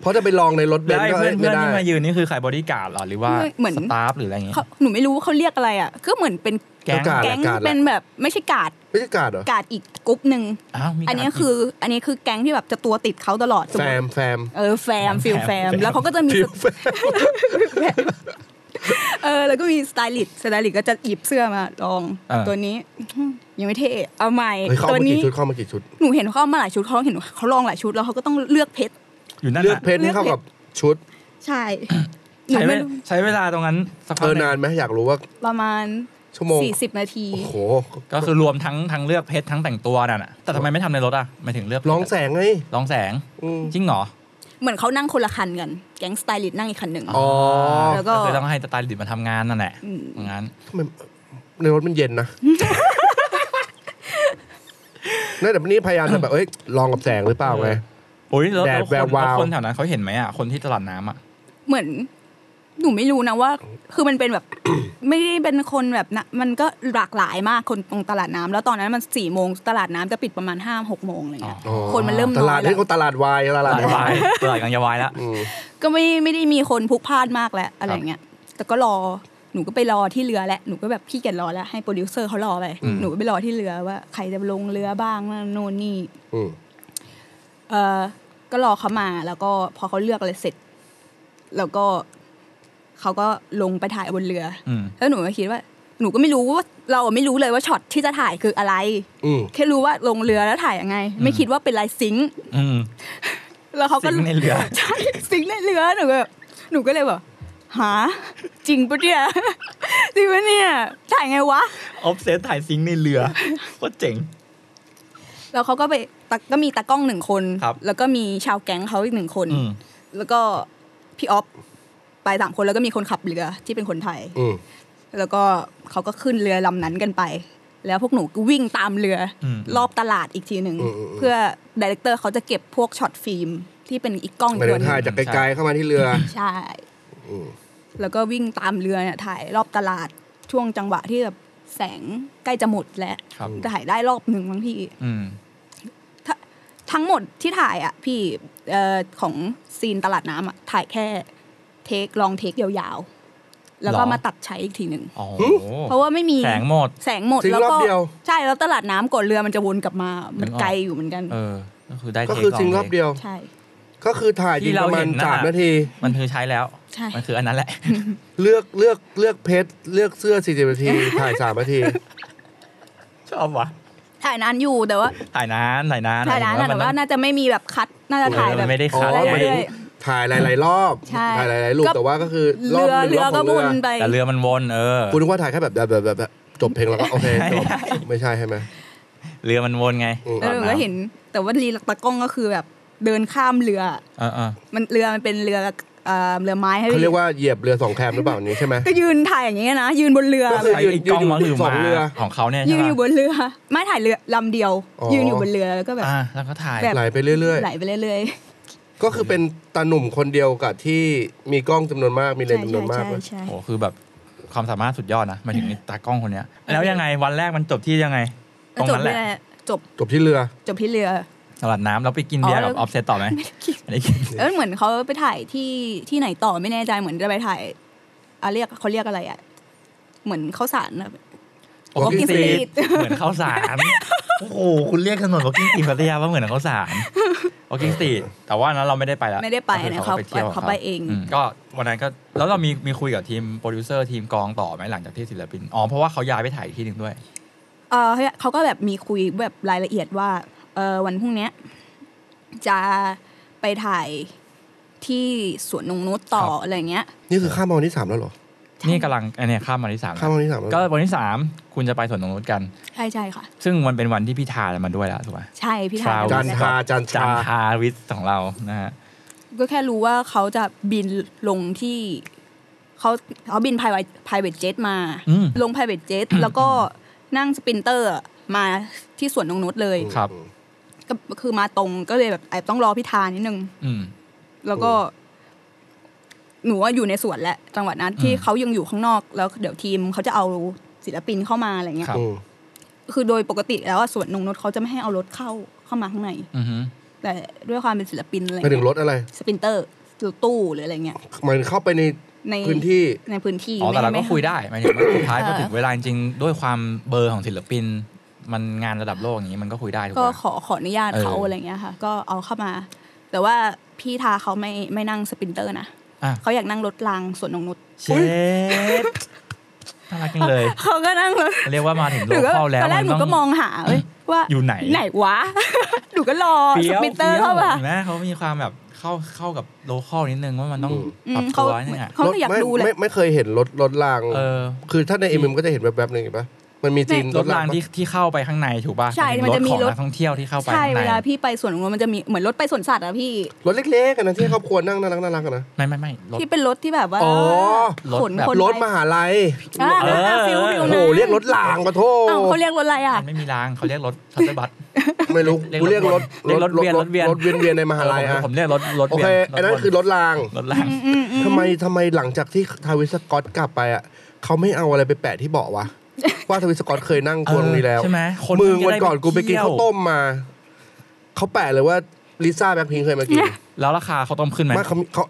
Speaker 2: เพราะจะไปลองในรถเบ
Speaker 5: แล้
Speaker 2: น
Speaker 5: ว
Speaker 2: ซ์
Speaker 5: ไอ้
Speaker 2: ก็
Speaker 5: เพื่อน
Speaker 2: ไม่
Speaker 5: เพื่อน
Speaker 2: ได้
Speaker 5: ที่มายืนนี่คือขายบริการดเหรอหรือว่า
Speaker 6: เหมือน
Speaker 5: สตาฟหรืออะไรอย่างเงี้ย
Speaker 6: เขาหนูไม่รู้ว่าเขาเรียกอะไรอ่ะก็เหมือนเป็น
Speaker 5: แก๊ง
Speaker 2: ประกาศ
Speaker 6: แก๊ง
Speaker 2: ดละ
Speaker 6: เป็นแบบไม่ใช่กาด
Speaker 2: ไม่ใช่การ์ดเหรอ
Speaker 6: กาดอีกกรุ๊ปหนึ่ง
Speaker 5: อ้าวมี
Speaker 6: อันนี้
Speaker 5: การ
Speaker 6: คือ อันนี้คือแก๊งที่แบบจะตัวติดเขาตลอดสม
Speaker 2: แฟ
Speaker 6: ม
Speaker 2: ม
Speaker 6: ติ
Speaker 2: แฟม
Speaker 6: เออแฟมฟิล
Speaker 5: แฟ
Speaker 6: แฟ
Speaker 5: ม
Speaker 6: มแล้วเขาก็จะมี
Speaker 2: ฟิลแฟม
Speaker 6: เออแล้วก็มีสไตลิสต์สไตลิสต์ก็จะหยิบเสื้อมาลอง
Speaker 5: เออ
Speaker 6: ตัวนี้อื้อยังไม่เท่เอาใหม่
Speaker 2: เฮ้ยเข้า
Speaker 6: ตัว
Speaker 2: มา
Speaker 6: นี้
Speaker 2: กี่ชุดเข้ามากี่ชุด
Speaker 6: หนูเห็นเขาเอามาหลายชุดเขาลองเห็นเขาลองหลายชุดแล้วเขาก็ต้องเลือกเพชร
Speaker 5: อยู่นั่น
Speaker 2: เลือก
Speaker 5: น่ะ
Speaker 2: เพชรนี่เข้ากับชุด
Speaker 6: ใช่ หนู
Speaker 5: ใช้เว
Speaker 6: ไม่
Speaker 5: ลา
Speaker 6: รู้
Speaker 5: ใช้เวลาตรงนั้นสักพั
Speaker 2: เอก อ
Speaker 5: หนึ่
Speaker 2: นางนไหมอยากรู้ว่า
Speaker 6: ประมาณ
Speaker 2: ชั่วโมง
Speaker 6: สี่สิบนาที
Speaker 2: โอ้โห
Speaker 5: ก็คือรวมทั้งทั้งเลือกเพชรทั้งแต่งตัวนั่นน่ะแต่ทำไมไม่ทำในรถอ่ะหมายถึงเลือก
Speaker 2: ร้องแสงไง
Speaker 5: ร้องแสง
Speaker 2: อืม
Speaker 5: จริงเหรอ
Speaker 6: เหมือนเขานั่งคนละคันกัน แก๊งสไตลิสต์นั่งอีกคันหนึ่ง
Speaker 2: อ๋อ
Speaker 6: แล้วก็
Speaker 5: ก็คือต้องให้สไตล์ดิบมาทำงานนั่นแหละ
Speaker 6: อืม
Speaker 5: งั้น
Speaker 2: ทำไมในรถมันเย็นนะนั่นแต่วันนี้พยายามจะแบบเอ้ยลองกับแสงหรือเปล่าไง
Speaker 5: โอ้ยแล้ว
Speaker 2: แด
Speaker 5: แล้
Speaker 2: ด
Speaker 5: วคน
Speaker 2: แวววาว
Speaker 5: แล้วคนแถวนั้นเขาเห็นไหมอ่ะคนที่ตลาดน้ำอ่ะ
Speaker 6: เหมือน หนูไม่รู้นะว่า คือมันเป็นแบบ ไม่ได้เป็นคนแบบนะมันก็หลากหลายมากคนตรงตลาดน้ำแล้วตอนนั้นมันสี่โมงตลาดน้ำจะปิดประมาณห้าหกโมงอะไรเงี้ย
Speaker 2: อ๋อ
Speaker 6: คนมันเริ่ม
Speaker 2: ต
Speaker 6: น้อย
Speaker 2: ลาด
Speaker 6: แล้ว
Speaker 2: นี่เขาตลาดวายต
Speaker 5: ต
Speaker 2: ลาด
Speaker 5: ลา
Speaker 2: วาว
Speaker 5: ดาย ยตลาดกำลางยาวายแล้ว
Speaker 2: อืม
Speaker 6: ก็ไม่ไม่ได้มีคนพลุกพล่านมากแล้วอะไรเงี้ย แต่ก็รอ หนูก็ไปรอที่เรือแหละ หนูก็แบบขี้เกียจรอแล้วให้โปรดิวเซอร์เขารอไป
Speaker 2: อืม
Speaker 6: หนูก็ไปรอที่เรือว่าใครจะลงเรือบ้างนั่นโน่นนี่
Speaker 2: อืม
Speaker 6: เออก็รอเขามาแล้วก็พอเขาเลือกอะไรเสร็จ แล้วก็เขาก็ลงไปถ่ายบนเรือ
Speaker 5: อืม
Speaker 6: แล้วหนูก็คิดว่า หนูก็ไม่รู้ว่าเราอะไม่รู้เลยว่าช็อตที่จะถ่ายคืออะไร
Speaker 2: อืม
Speaker 6: แค่รู้ว่าลงเรือแล้วถ่ายยังไง ไม่คิดว่าเป็นลายซิงค์
Speaker 5: อืม
Speaker 6: แล้วเขาก็
Speaker 5: สิ่งในเรือ
Speaker 6: ใช่ ซิงค์ในเรือหนูก็แบบหนูก็เลยแบบหาจริงปะเนี่ย จริงปะเนี่ยถ่ายไงวะ
Speaker 5: ออฟเซตถ่ายซิงค์ในเรือโคตรเจ๋ง
Speaker 6: แล้วเขาก็ไปตะก็มีตากล้องหนึ่งคน
Speaker 5: ครับ
Speaker 6: แล้วก็มีชาวแก๊งเขาอีกหนึ่งคน
Speaker 5: อืม
Speaker 6: แล้วก็พี่ออฟไปสามคนแล้วก็มีคนขับเรือที่เป็นคนไทย
Speaker 2: อืม
Speaker 6: แล้วก็เขาก็ขึ้นเรือลำนั้นกันไป แล้วพวกหนูก็วิ่งตามเรืออ
Speaker 5: ม
Speaker 6: รอบตลาดอีกทีหนึ่งเพื่อดีเลกเตอร์เขาจะเก็บพวกช็อตฟิล์มที่เป็นอีกกล้อง
Speaker 2: ห
Speaker 6: อี
Speaker 2: มายถึ
Speaker 6: ก
Speaker 2: ง
Speaker 6: ตัวหนึ
Speaker 2: ถ่าย
Speaker 6: ง
Speaker 2: จากไกลๆเข้ามาที่เรือ
Speaker 6: ใช่
Speaker 2: อืม
Speaker 6: แล้วก็วิ่งตามเรือเนี่ยถ่ายรอบตลาดช่วงจังหวะที่แบบแสงใกล้จะหมดแล้ว
Speaker 5: ครับ
Speaker 6: ถ่ายได้รอบหนึ่งบางที
Speaker 5: อืม
Speaker 6: ทั้งหมดที่ถ่ายอ่ะพี่เอ่อของซีนตลาดน้ำอ่ะถ่ายแค่เทคลองเทคยาวๆ แล้วก็
Speaker 5: หรอ
Speaker 6: มาตัดใช้อีกทีหนึ่ง
Speaker 5: อ๋อ
Speaker 6: เพราะว่าไม่มี
Speaker 5: แสงหมด
Speaker 6: แสงหมด
Speaker 2: ทิ้ง
Speaker 6: แล้ว
Speaker 2: รอบ
Speaker 6: ก็
Speaker 2: เดียว
Speaker 6: ใช่แล้วตลาดน้ำก่อนเรือมันจะวนกลับมา
Speaker 5: นึ
Speaker 6: มัน
Speaker 5: กออก
Speaker 6: ไกลอยู่เหมือนกัน
Speaker 5: เออ ก็คือได้
Speaker 2: ก็คือ
Speaker 5: ท
Speaker 2: จริงรอบเดี
Speaker 5: ล
Speaker 2: ยว
Speaker 6: ใช่
Speaker 2: ก็คือถ่ายจ
Speaker 5: ที่
Speaker 2: ริง
Speaker 5: เรา
Speaker 2: ประมา
Speaker 5: เห็
Speaker 2: ณ
Speaker 5: นน่ะ
Speaker 2: สามนาที
Speaker 5: มันคือใช้แล้ว
Speaker 6: ใช่
Speaker 5: มันคืออันนั้นแหละ
Speaker 2: เลือกเลือกเลือกเพชรเลือกเสื้อสี่สิบนาที ถ่ายสามนาที
Speaker 5: ชอบวะ
Speaker 6: ถ่ายนานอยู่แต่ว่า
Speaker 5: ถ่ายนานถ่ายนาน
Speaker 6: ถ่ายนานอะแต่ว่าน่าจะไม่มีแบบคัดน่าจะ
Speaker 5: เออ
Speaker 6: ถ่ายแบ
Speaker 5: มั
Speaker 6: บ
Speaker 5: นไม่ได้คัด
Speaker 2: อ๋อ
Speaker 5: ไง
Speaker 6: เรื่อย
Speaker 2: ถ่ายหลาย ๆ รอบ
Speaker 6: ใช่
Speaker 2: ถ่ายหลายๆลูก
Speaker 6: ก็
Speaker 2: แต่ว่าก็คือรอบ
Speaker 6: เรือ
Speaker 2: หนึ่ง
Speaker 6: เรือ
Speaker 2: รอบข
Speaker 6: ก็
Speaker 2: อง
Speaker 6: ว
Speaker 2: เรือน
Speaker 6: ไป
Speaker 5: แต่เรือมันวนเออ
Speaker 2: คุณนึกว่าถ่ายแค่แบบแบบแบบแบบแบบจบเพลงแล้วก็โอเคจบไม่ใช่ใช่ไหม
Speaker 5: เรือมันวนไง
Speaker 2: อืม
Speaker 6: เออก็เห็น แต่ว่าลีตะกล้องก็คือแบบเดินข้ามเรือ
Speaker 5: เออเออ
Speaker 6: มันเรือมันเป็นเรือเอ่อเรือไม้ให้
Speaker 2: เขา
Speaker 6: พี่
Speaker 2: เรียกว่าเหยียบเรือสองแคมหรือเปล่าอันนี้ใช่ไหม
Speaker 6: ก็ยืนถ่ายอย่างเงี้ยนะยืนบน เรือ
Speaker 2: ก็
Speaker 5: ไอ้ไอ้กล้องมันคือ
Speaker 2: สอ
Speaker 5: มาง
Speaker 2: เรือ
Speaker 5: ของเขาเนี่ย
Speaker 6: ยื
Speaker 5: ใช่
Speaker 6: นอยู่บ
Speaker 5: ปะ
Speaker 6: นเรือ ไม่ถ่ายเรือลำเดียว
Speaker 2: อ๋อ
Speaker 6: ยืนอยู่บนเรือแล้วก็แบบ
Speaker 5: อ่าแล้วก็ถ่าย
Speaker 6: แบบ
Speaker 2: ไหลไปเรื่อย
Speaker 6: ไหลไปเรื่อย
Speaker 2: ๆ ก็คือเป็นตาหนุ่มคนเดียวกับที่มีกล้องจำนวนมากมี
Speaker 6: ๆ
Speaker 2: เลนส์จำนวนมาก
Speaker 6: ใช่
Speaker 2: เว้ย
Speaker 6: ใช่
Speaker 5: โอ้คือแบบความสามารถสุดยอดนะหมายถึงไอ้ตากล้องคนเนี้ย แล้วยังไงวันแรกมันจบที่ยังไง ตรง
Speaker 6: จบ
Speaker 5: นั้น
Speaker 6: ไป
Speaker 5: แหละ
Speaker 6: แหละจบ
Speaker 2: จบที่เรือ
Speaker 6: จบที่เรือ
Speaker 5: ตลาดน้ำเราไปกินเบียร์
Speaker 6: อ๋อ
Speaker 5: กับออฟเซตต่อไหมไม่ได้กิน
Speaker 6: แล้วเหมือนเขาไปถ่ายที่ที่ไหนต่อไม่แน่ใจเหมือนจะไปถ่ายอ่ะเรียกเขาเรียกอะไรอ่ะเหมือนข้าวสารนะ
Speaker 5: วอ
Speaker 6: Walking
Speaker 5: กิ้งสตรี
Speaker 6: Street
Speaker 5: ทเหมือนข้าวสารโอ้โหคุณเรียกถนนวอกิ้งสตรีทพัทยาว่าเหมือนข้าวสารวอกิ้งสตรีทแต่ว่านั้นเราไม่ได้ไปแล้ว
Speaker 6: ไม่ได้ไป
Speaker 5: ก็คือ
Speaker 6: นะ
Speaker 5: เขาไป
Speaker 6: เขา
Speaker 5: เที่ยว
Speaker 6: เขาไปเอง
Speaker 5: มก็วันนั้นก็แล้วเรามีมีคุยกับทีมโปรดิวเซอร์ทีมกองต่อไหมหลังจากที่ศิลปินอ๋อเพราะว่าเขาย้ายไปถ่ายอีกที่หนึ่งด้วย
Speaker 6: เออเขาก็แบบมีคุยแบบรายละเอียดว่าเออวันพรุ่งเนี้ยจะไปถ่ายที่สวนนงนุชต่อ
Speaker 5: ครับ
Speaker 6: อะไรเงี้ย
Speaker 2: นี่คือข้ามมาวันที่สามแล้วเหรอ
Speaker 5: นี่กำลังอันเนี้ยข้ามวันที่สาม
Speaker 2: ข้ามวันที่สามแล้ว
Speaker 5: ก็วันที่สามคุณจะไปสวนนงนุชกัน
Speaker 6: ใช่ใช่ค่ะ
Speaker 5: ซึ่งมันเป็นวันที่พี่ทามาด้วยแล้วถูกไหม
Speaker 6: ใช่พี่ทา
Speaker 5: Travel
Speaker 2: จันทราจันท
Speaker 5: จัน
Speaker 2: รา
Speaker 5: ทาวิทย์ของเรานะฮะ
Speaker 6: ก็แค่รู้ว่าเขาจะบินลงที่เขาเขาบิน private private jet มา
Speaker 5: อืม
Speaker 6: ลง private jet แล้วก็นั่งสปรินเตอร์มาที่สวนนงนุชเลย
Speaker 5: ครับ
Speaker 6: ก็คือมาตรงก็เลยแบบแอบต้องรอพี่ทานิดนึง
Speaker 5: อืม
Speaker 6: แล้วก็ หนูว่าอยู่ในสวนแหละจังหวัดนั้นที่
Speaker 5: อืม
Speaker 6: เขายังอยู่ข้างนอกแล้วเดี๋ยวทีมเขาจะเอาศิลปินเข้ามาอะไรเงี้ย
Speaker 5: ครับ
Speaker 2: อืม
Speaker 6: คือโดยปกติแล้วอะสวนนงนุชเขาจะไม่ให้เอารถเข้าเข้ามาข้างใน
Speaker 5: อือฮึ
Speaker 6: แต่ด้วยความเป็นศิลปินอะไร
Speaker 2: ไปถึงร
Speaker 6: เงี้ย
Speaker 2: ถอะไร
Speaker 6: สปรินเตอร์หรือตู้หรืออะไรเงี้ย
Speaker 2: มันเข้าไปใน
Speaker 6: ใน
Speaker 2: พื้นที่
Speaker 6: ในพื้นที่
Speaker 5: อ๋อแต่เราก็
Speaker 6: ม่ม่
Speaker 5: คุยได้หมายถึง ว่าสุดท้ายพอ
Speaker 6: เออ
Speaker 5: ถึงเวลาจริงๆด้วยความเบอร์ของศิลปิน มันงานระดับโลกอย่างนี้มันก็คุยได้ถูก
Speaker 6: ก็
Speaker 5: ไหม
Speaker 6: ขอขออนุญาตเขา
Speaker 5: เอออ
Speaker 6: อะไรเงี้ยค่ะ ก็เอาเข้ามา แต่ว่าพี่ทาเขาไม่ไม่นั่งสปรินเตอร์นะ
Speaker 5: อ่ะ
Speaker 6: เขาอยากนั่งรถรางสวนนงนุช
Speaker 5: เช็ดน่ารักจังเลย
Speaker 6: เขาก็นั่งรถ
Speaker 5: เรียกว่ามาถึงโล
Speaker 6: หนู
Speaker 5: ก
Speaker 6: ก็
Speaker 5: เข้าแล้ว
Speaker 6: ตอนแรกหนูก็
Speaker 5: ต้
Speaker 6: มองหาเว้ยว่า
Speaker 5: อยู่ไหน
Speaker 6: ไหนวะ หนูก็รอ
Speaker 5: เฟี้
Speaker 6: ส
Speaker 5: ยว
Speaker 6: ปรินเตอร์เข้ามา
Speaker 5: เห็นไหมเขามีความแบบเข้าเข้ากับโลคอลนิดนึงว่ามันต้อง
Speaker 2: อืม
Speaker 5: ปรั
Speaker 6: อื
Speaker 5: บ
Speaker 6: มเขา
Speaker 5: ตัวนิดนึงอ่ะ
Speaker 6: เขาก็อยาก
Speaker 2: รถไม่
Speaker 6: ดูแหละ
Speaker 2: ไม่ไม่เคยเห็นรถรถราง
Speaker 5: เออ
Speaker 2: คือถ้าในเอ็มก็จะเห็นแบบแบบๆหนึ่งเห็นปะมันมีจีน
Speaker 5: ร
Speaker 2: ร
Speaker 5: ถราร
Speaker 2: ถาง ง
Speaker 5: ที่
Speaker 2: ที่
Speaker 5: ที่เข้าไปข้างในถูกป่ะ
Speaker 6: ใช่มันจะมี
Speaker 5: ของ
Speaker 6: รถ
Speaker 5: นักท่องเที่ยวที่เข้าไป
Speaker 6: ใช่
Speaker 5: ข้าง
Speaker 6: เว
Speaker 5: ใน
Speaker 6: ลาพี่ไปสวนนงนุชมันจะมีเหมือนรถไปสวนสัตว์อะพี่
Speaker 2: รถเล็กๆกันนะที่ครอบครัวนั่งน่ารักน่ารักกันนะ
Speaker 5: ไม่ไม่ไม่รถ
Speaker 6: ที่เป็นรถที่แบบว่า
Speaker 2: อ๋อ
Speaker 6: ข
Speaker 5: รถ
Speaker 6: น
Speaker 5: แบบ
Speaker 6: คน
Speaker 2: รถมหาลัย
Speaker 6: อ่า
Speaker 5: เออ
Speaker 6: ฟิลฟิล
Speaker 2: โอ้
Speaker 6: นะ
Speaker 2: โหเรียกรถรางปะโท
Speaker 6: อ้าวเขาเรียกรถอะไรอ่ะ
Speaker 5: มันไม่มีรางเขาเรียกรถชัตเตอร์บัส
Speaker 2: ไม่รู้กู
Speaker 5: เรี
Speaker 2: เรี
Speaker 5: ย
Speaker 2: ย
Speaker 5: ก
Speaker 2: ก
Speaker 5: ร
Speaker 2: ร
Speaker 5: ถ
Speaker 2: ถ
Speaker 5: รถเวียนรถเวียน
Speaker 2: รถเวียนเวียนในมหาลัย
Speaker 5: ผม
Speaker 2: อะ
Speaker 5: ผมเรียกรถรถ
Speaker 2: โอ
Speaker 5: เวีย
Speaker 2: เคน อันนั้นคือรถราง
Speaker 5: รถราง
Speaker 2: ทำไมทำไมหลังจากที่ทาวิสสกอตกลับไปอะเขาไม่เอาอะไรไปแปะที่เบาะวะว่าทาวิสสกอตเคยนั่งทัวร์ตรงนี้แล้ว
Speaker 5: ใช่ไหมคน
Speaker 2: มึง
Speaker 5: จะ
Speaker 2: วัน
Speaker 5: ด้
Speaker 2: ก่อนกูไปกินข้าวต้มมาเขาแปะเลยว่าลิซ่าแบ็คพิงเคยมากิน
Speaker 5: แล้วราคาเขาวต้มขึ้นไหม
Speaker 2: ไม่เขาเขา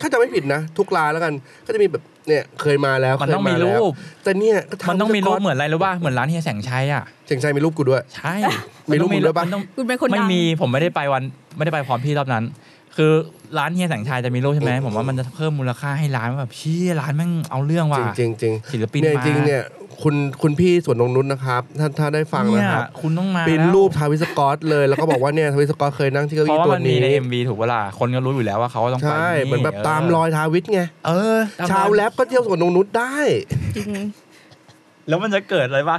Speaker 2: ถ้าจะไม่ผิดนะ ทุกร้านแล้วกัน ก็จะมีแบบเนี่ยเคยมาแล้ว
Speaker 5: มัน
Speaker 2: เคย
Speaker 5: ต้องมี
Speaker 2: าแล้ว
Speaker 5: รูป
Speaker 2: แต่เนี่ยก็ทำ
Speaker 5: มันต้องมีรูป
Speaker 2: สก๊ต
Speaker 5: เหมือนอะไรรู้ป่ะเหมือนร้านเฮียแสงชัยอ่ะ
Speaker 2: เชียงชัยมีรูปกูด้วย
Speaker 5: ใช่
Speaker 2: มีรูปมึงด้วยปะ
Speaker 5: นต้อง
Speaker 6: คุณเป็นคน
Speaker 5: ไม่
Speaker 6: ดัง
Speaker 5: มีผมไม่ได้ไปวันไม่ได้ไปพร้อมพี่รอบนั้น คือร้านเฮียแสงชายจะมีรูปใช่ไหม
Speaker 2: อืม
Speaker 5: ผมว่ามันจะเพิ่มมูลค่าให้ร้านว่าแบบพี่ร้านแม่งเอาเรื่องว่ะ
Speaker 2: จริงจริงจริง
Speaker 5: ศิลปิน
Speaker 2: เนี่ย
Speaker 5: มา
Speaker 2: จริงเนี่ยคุณคุณพี่สวนนงนุชนะครับท่านถ้าได้ฟัง
Speaker 5: เนี่
Speaker 2: นะ
Speaker 5: ย
Speaker 2: ครับ
Speaker 5: คุณต้องมา
Speaker 2: ปริน
Speaker 5: แล้ว
Speaker 2: รูปทาวิสกอตเลยแล้วก็บอกว่าเนี่ยทาวิ สกอตเคยนั่งที่เก้า
Speaker 5: เพ
Speaker 2: อี้
Speaker 5: ราะว่า
Speaker 2: ตัว
Speaker 5: มันมี
Speaker 2: นี้
Speaker 5: ใน MV ถูกเวลาคนก็รู้อยู่แล้วว่าเขาต้องไป
Speaker 2: ใช่
Speaker 5: ที่
Speaker 2: เหมือนแบบตามรอยทาวิสไง
Speaker 5: เออตมรอย
Speaker 2: ชาวแลบก็เที่ยวสวนนงนุชได้
Speaker 6: จริง
Speaker 5: แล้วมันจะเกิดอะไรวะ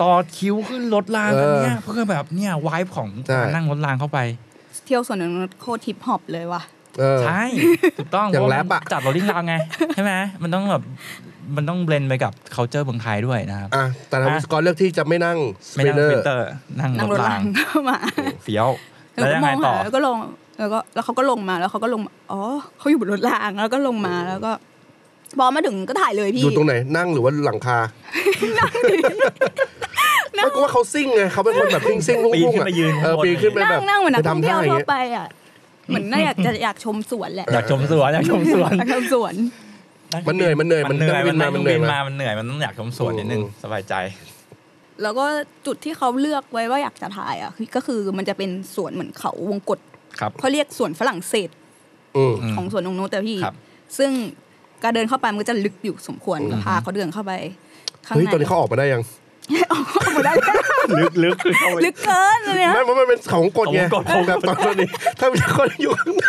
Speaker 5: ต่อคิวขึ้นรถรางกันเนี่ยเพื่อแบบเนี่ยวายของการนั่งรถรางเข้าไป
Speaker 6: เที่ยวสวนนงนุชโคตรทิปฮอปเลยว่ะ
Speaker 2: เออ
Speaker 5: ใช่ถูกต้อง
Speaker 2: อย่าง
Speaker 5: เพระ
Speaker 2: แรปอะ
Speaker 5: จัดโรลลิ่งรางไงใช่ไหมมันต้องแบบมันต้องเบลนไปกับ c u เจอร์เมืองไทยด้วยนะครับ
Speaker 2: อ่ะแต่ทาวิสกอตเลือกที่จะไม่นั่งส
Speaker 5: ไม่
Speaker 2: ปิ
Speaker 5: นั่ง
Speaker 2: นเนอ
Speaker 5: วิน
Speaker 2: ร์
Speaker 5: เตอร์ นั่ง
Speaker 6: นั่ง
Speaker 5: ร
Speaker 6: ร
Speaker 5: ถราร
Speaker 6: ถางงเข้ามา
Speaker 5: เฟี้ยว
Speaker 6: แล้ว
Speaker 5: แล้ว
Speaker 6: ก็
Speaker 5: ยัง
Speaker 6: ม
Speaker 5: ไง
Speaker 6: อง
Speaker 5: ต่
Speaker 6: หา
Speaker 5: อ
Speaker 6: แล้วก็ลงแล้วก็แล้วเขาก็ลงมาแล้วเขาก็ลงมาอ๋อเขาอยู่บนรถรางแล้วก็ลงมาแล้วก็พอมาถึงก็ถ่ายเลย
Speaker 2: อ
Speaker 6: พี่
Speaker 2: ยู่ตรงไหนนั่งหรือว่าหลังคาไม่ก็ว่าเขาซิ่งไงเขาเป็นคนแบบซิ่งซิ่งๆ
Speaker 5: ปีน
Speaker 2: พุ่ง
Speaker 5: ขึ้น
Speaker 2: ๆอะ
Speaker 5: ไปยืน
Speaker 2: เอ
Speaker 5: ข้า
Speaker 2: อง
Speaker 5: บน
Speaker 2: ปีนขึ้นไป
Speaker 6: นั่
Speaker 2: แบ
Speaker 6: ง
Speaker 2: บ
Speaker 6: นั่งเหมือนนักท่อง
Speaker 2: ทำ
Speaker 6: เที่
Speaker 2: ท่า
Speaker 6: ยว
Speaker 2: อย่าง
Speaker 6: ทั่ว
Speaker 2: เงี้ย
Speaker 6: ไปอ่ะเหมือนน่าอยากจะอยากชมสวนแหละ
Speaker 5: อยากชมสวนอยากชมสวน
Speaker 6: อยากชมสวน
Speaker 2: มันเหนื่อยมันเหนื่อย
Speaker 5: มันเหนื่อย
Speaker 2: ต้
Speaker 5: มั
Speaker 2: ง
Speaker 5: นเหนื่อยมันเหนื่อย
Speaker 2: บิ
Speaker 5: มามันเหนื่อยมันต้องอยากชมสวนนิดนึงสบายใจ
Speaker 6: แล้วก็จุดที่เขาเลือกไว้ว่าอยากจะถ่ายอ่ะคือก็คือมันจะเป็นสวนเหมือนเขาวงกต
Speaker 5: ครับ
Speaker 6: เขาเรียกสวนฝรั่งเศส
Speaker 2: อืม
Speaker 5: ม
Speaker 6: ของสวนนงนุชแต่พี่
Speaker 5: ครับ
Speaker 6: ซึ่งการเดินเข้าไปมันก็จะลึกอยู่สมควร
Speaker 2: อืม
Speaker 6: พาเขาเดินเข้าไปข้าง
Speaker 2: เฮ้ย
Speaker 6: ใน
Speaker 2: ตอนนี้เขาออกมาได้ยัง
Speaker 6: ออกมาได้แล้ว
Speaker 5: ลึกลึกคือเข้าไป
Speaker 6: ลึกเกินเลยเนี่ย
Speaker 2: ไม่เพราะมันเป็นของกดไง
Speaker 5: ของกฎของกฎ
Speaker 2: แบบตอนนี้ ถ้ามีคนอยู่ข้างใน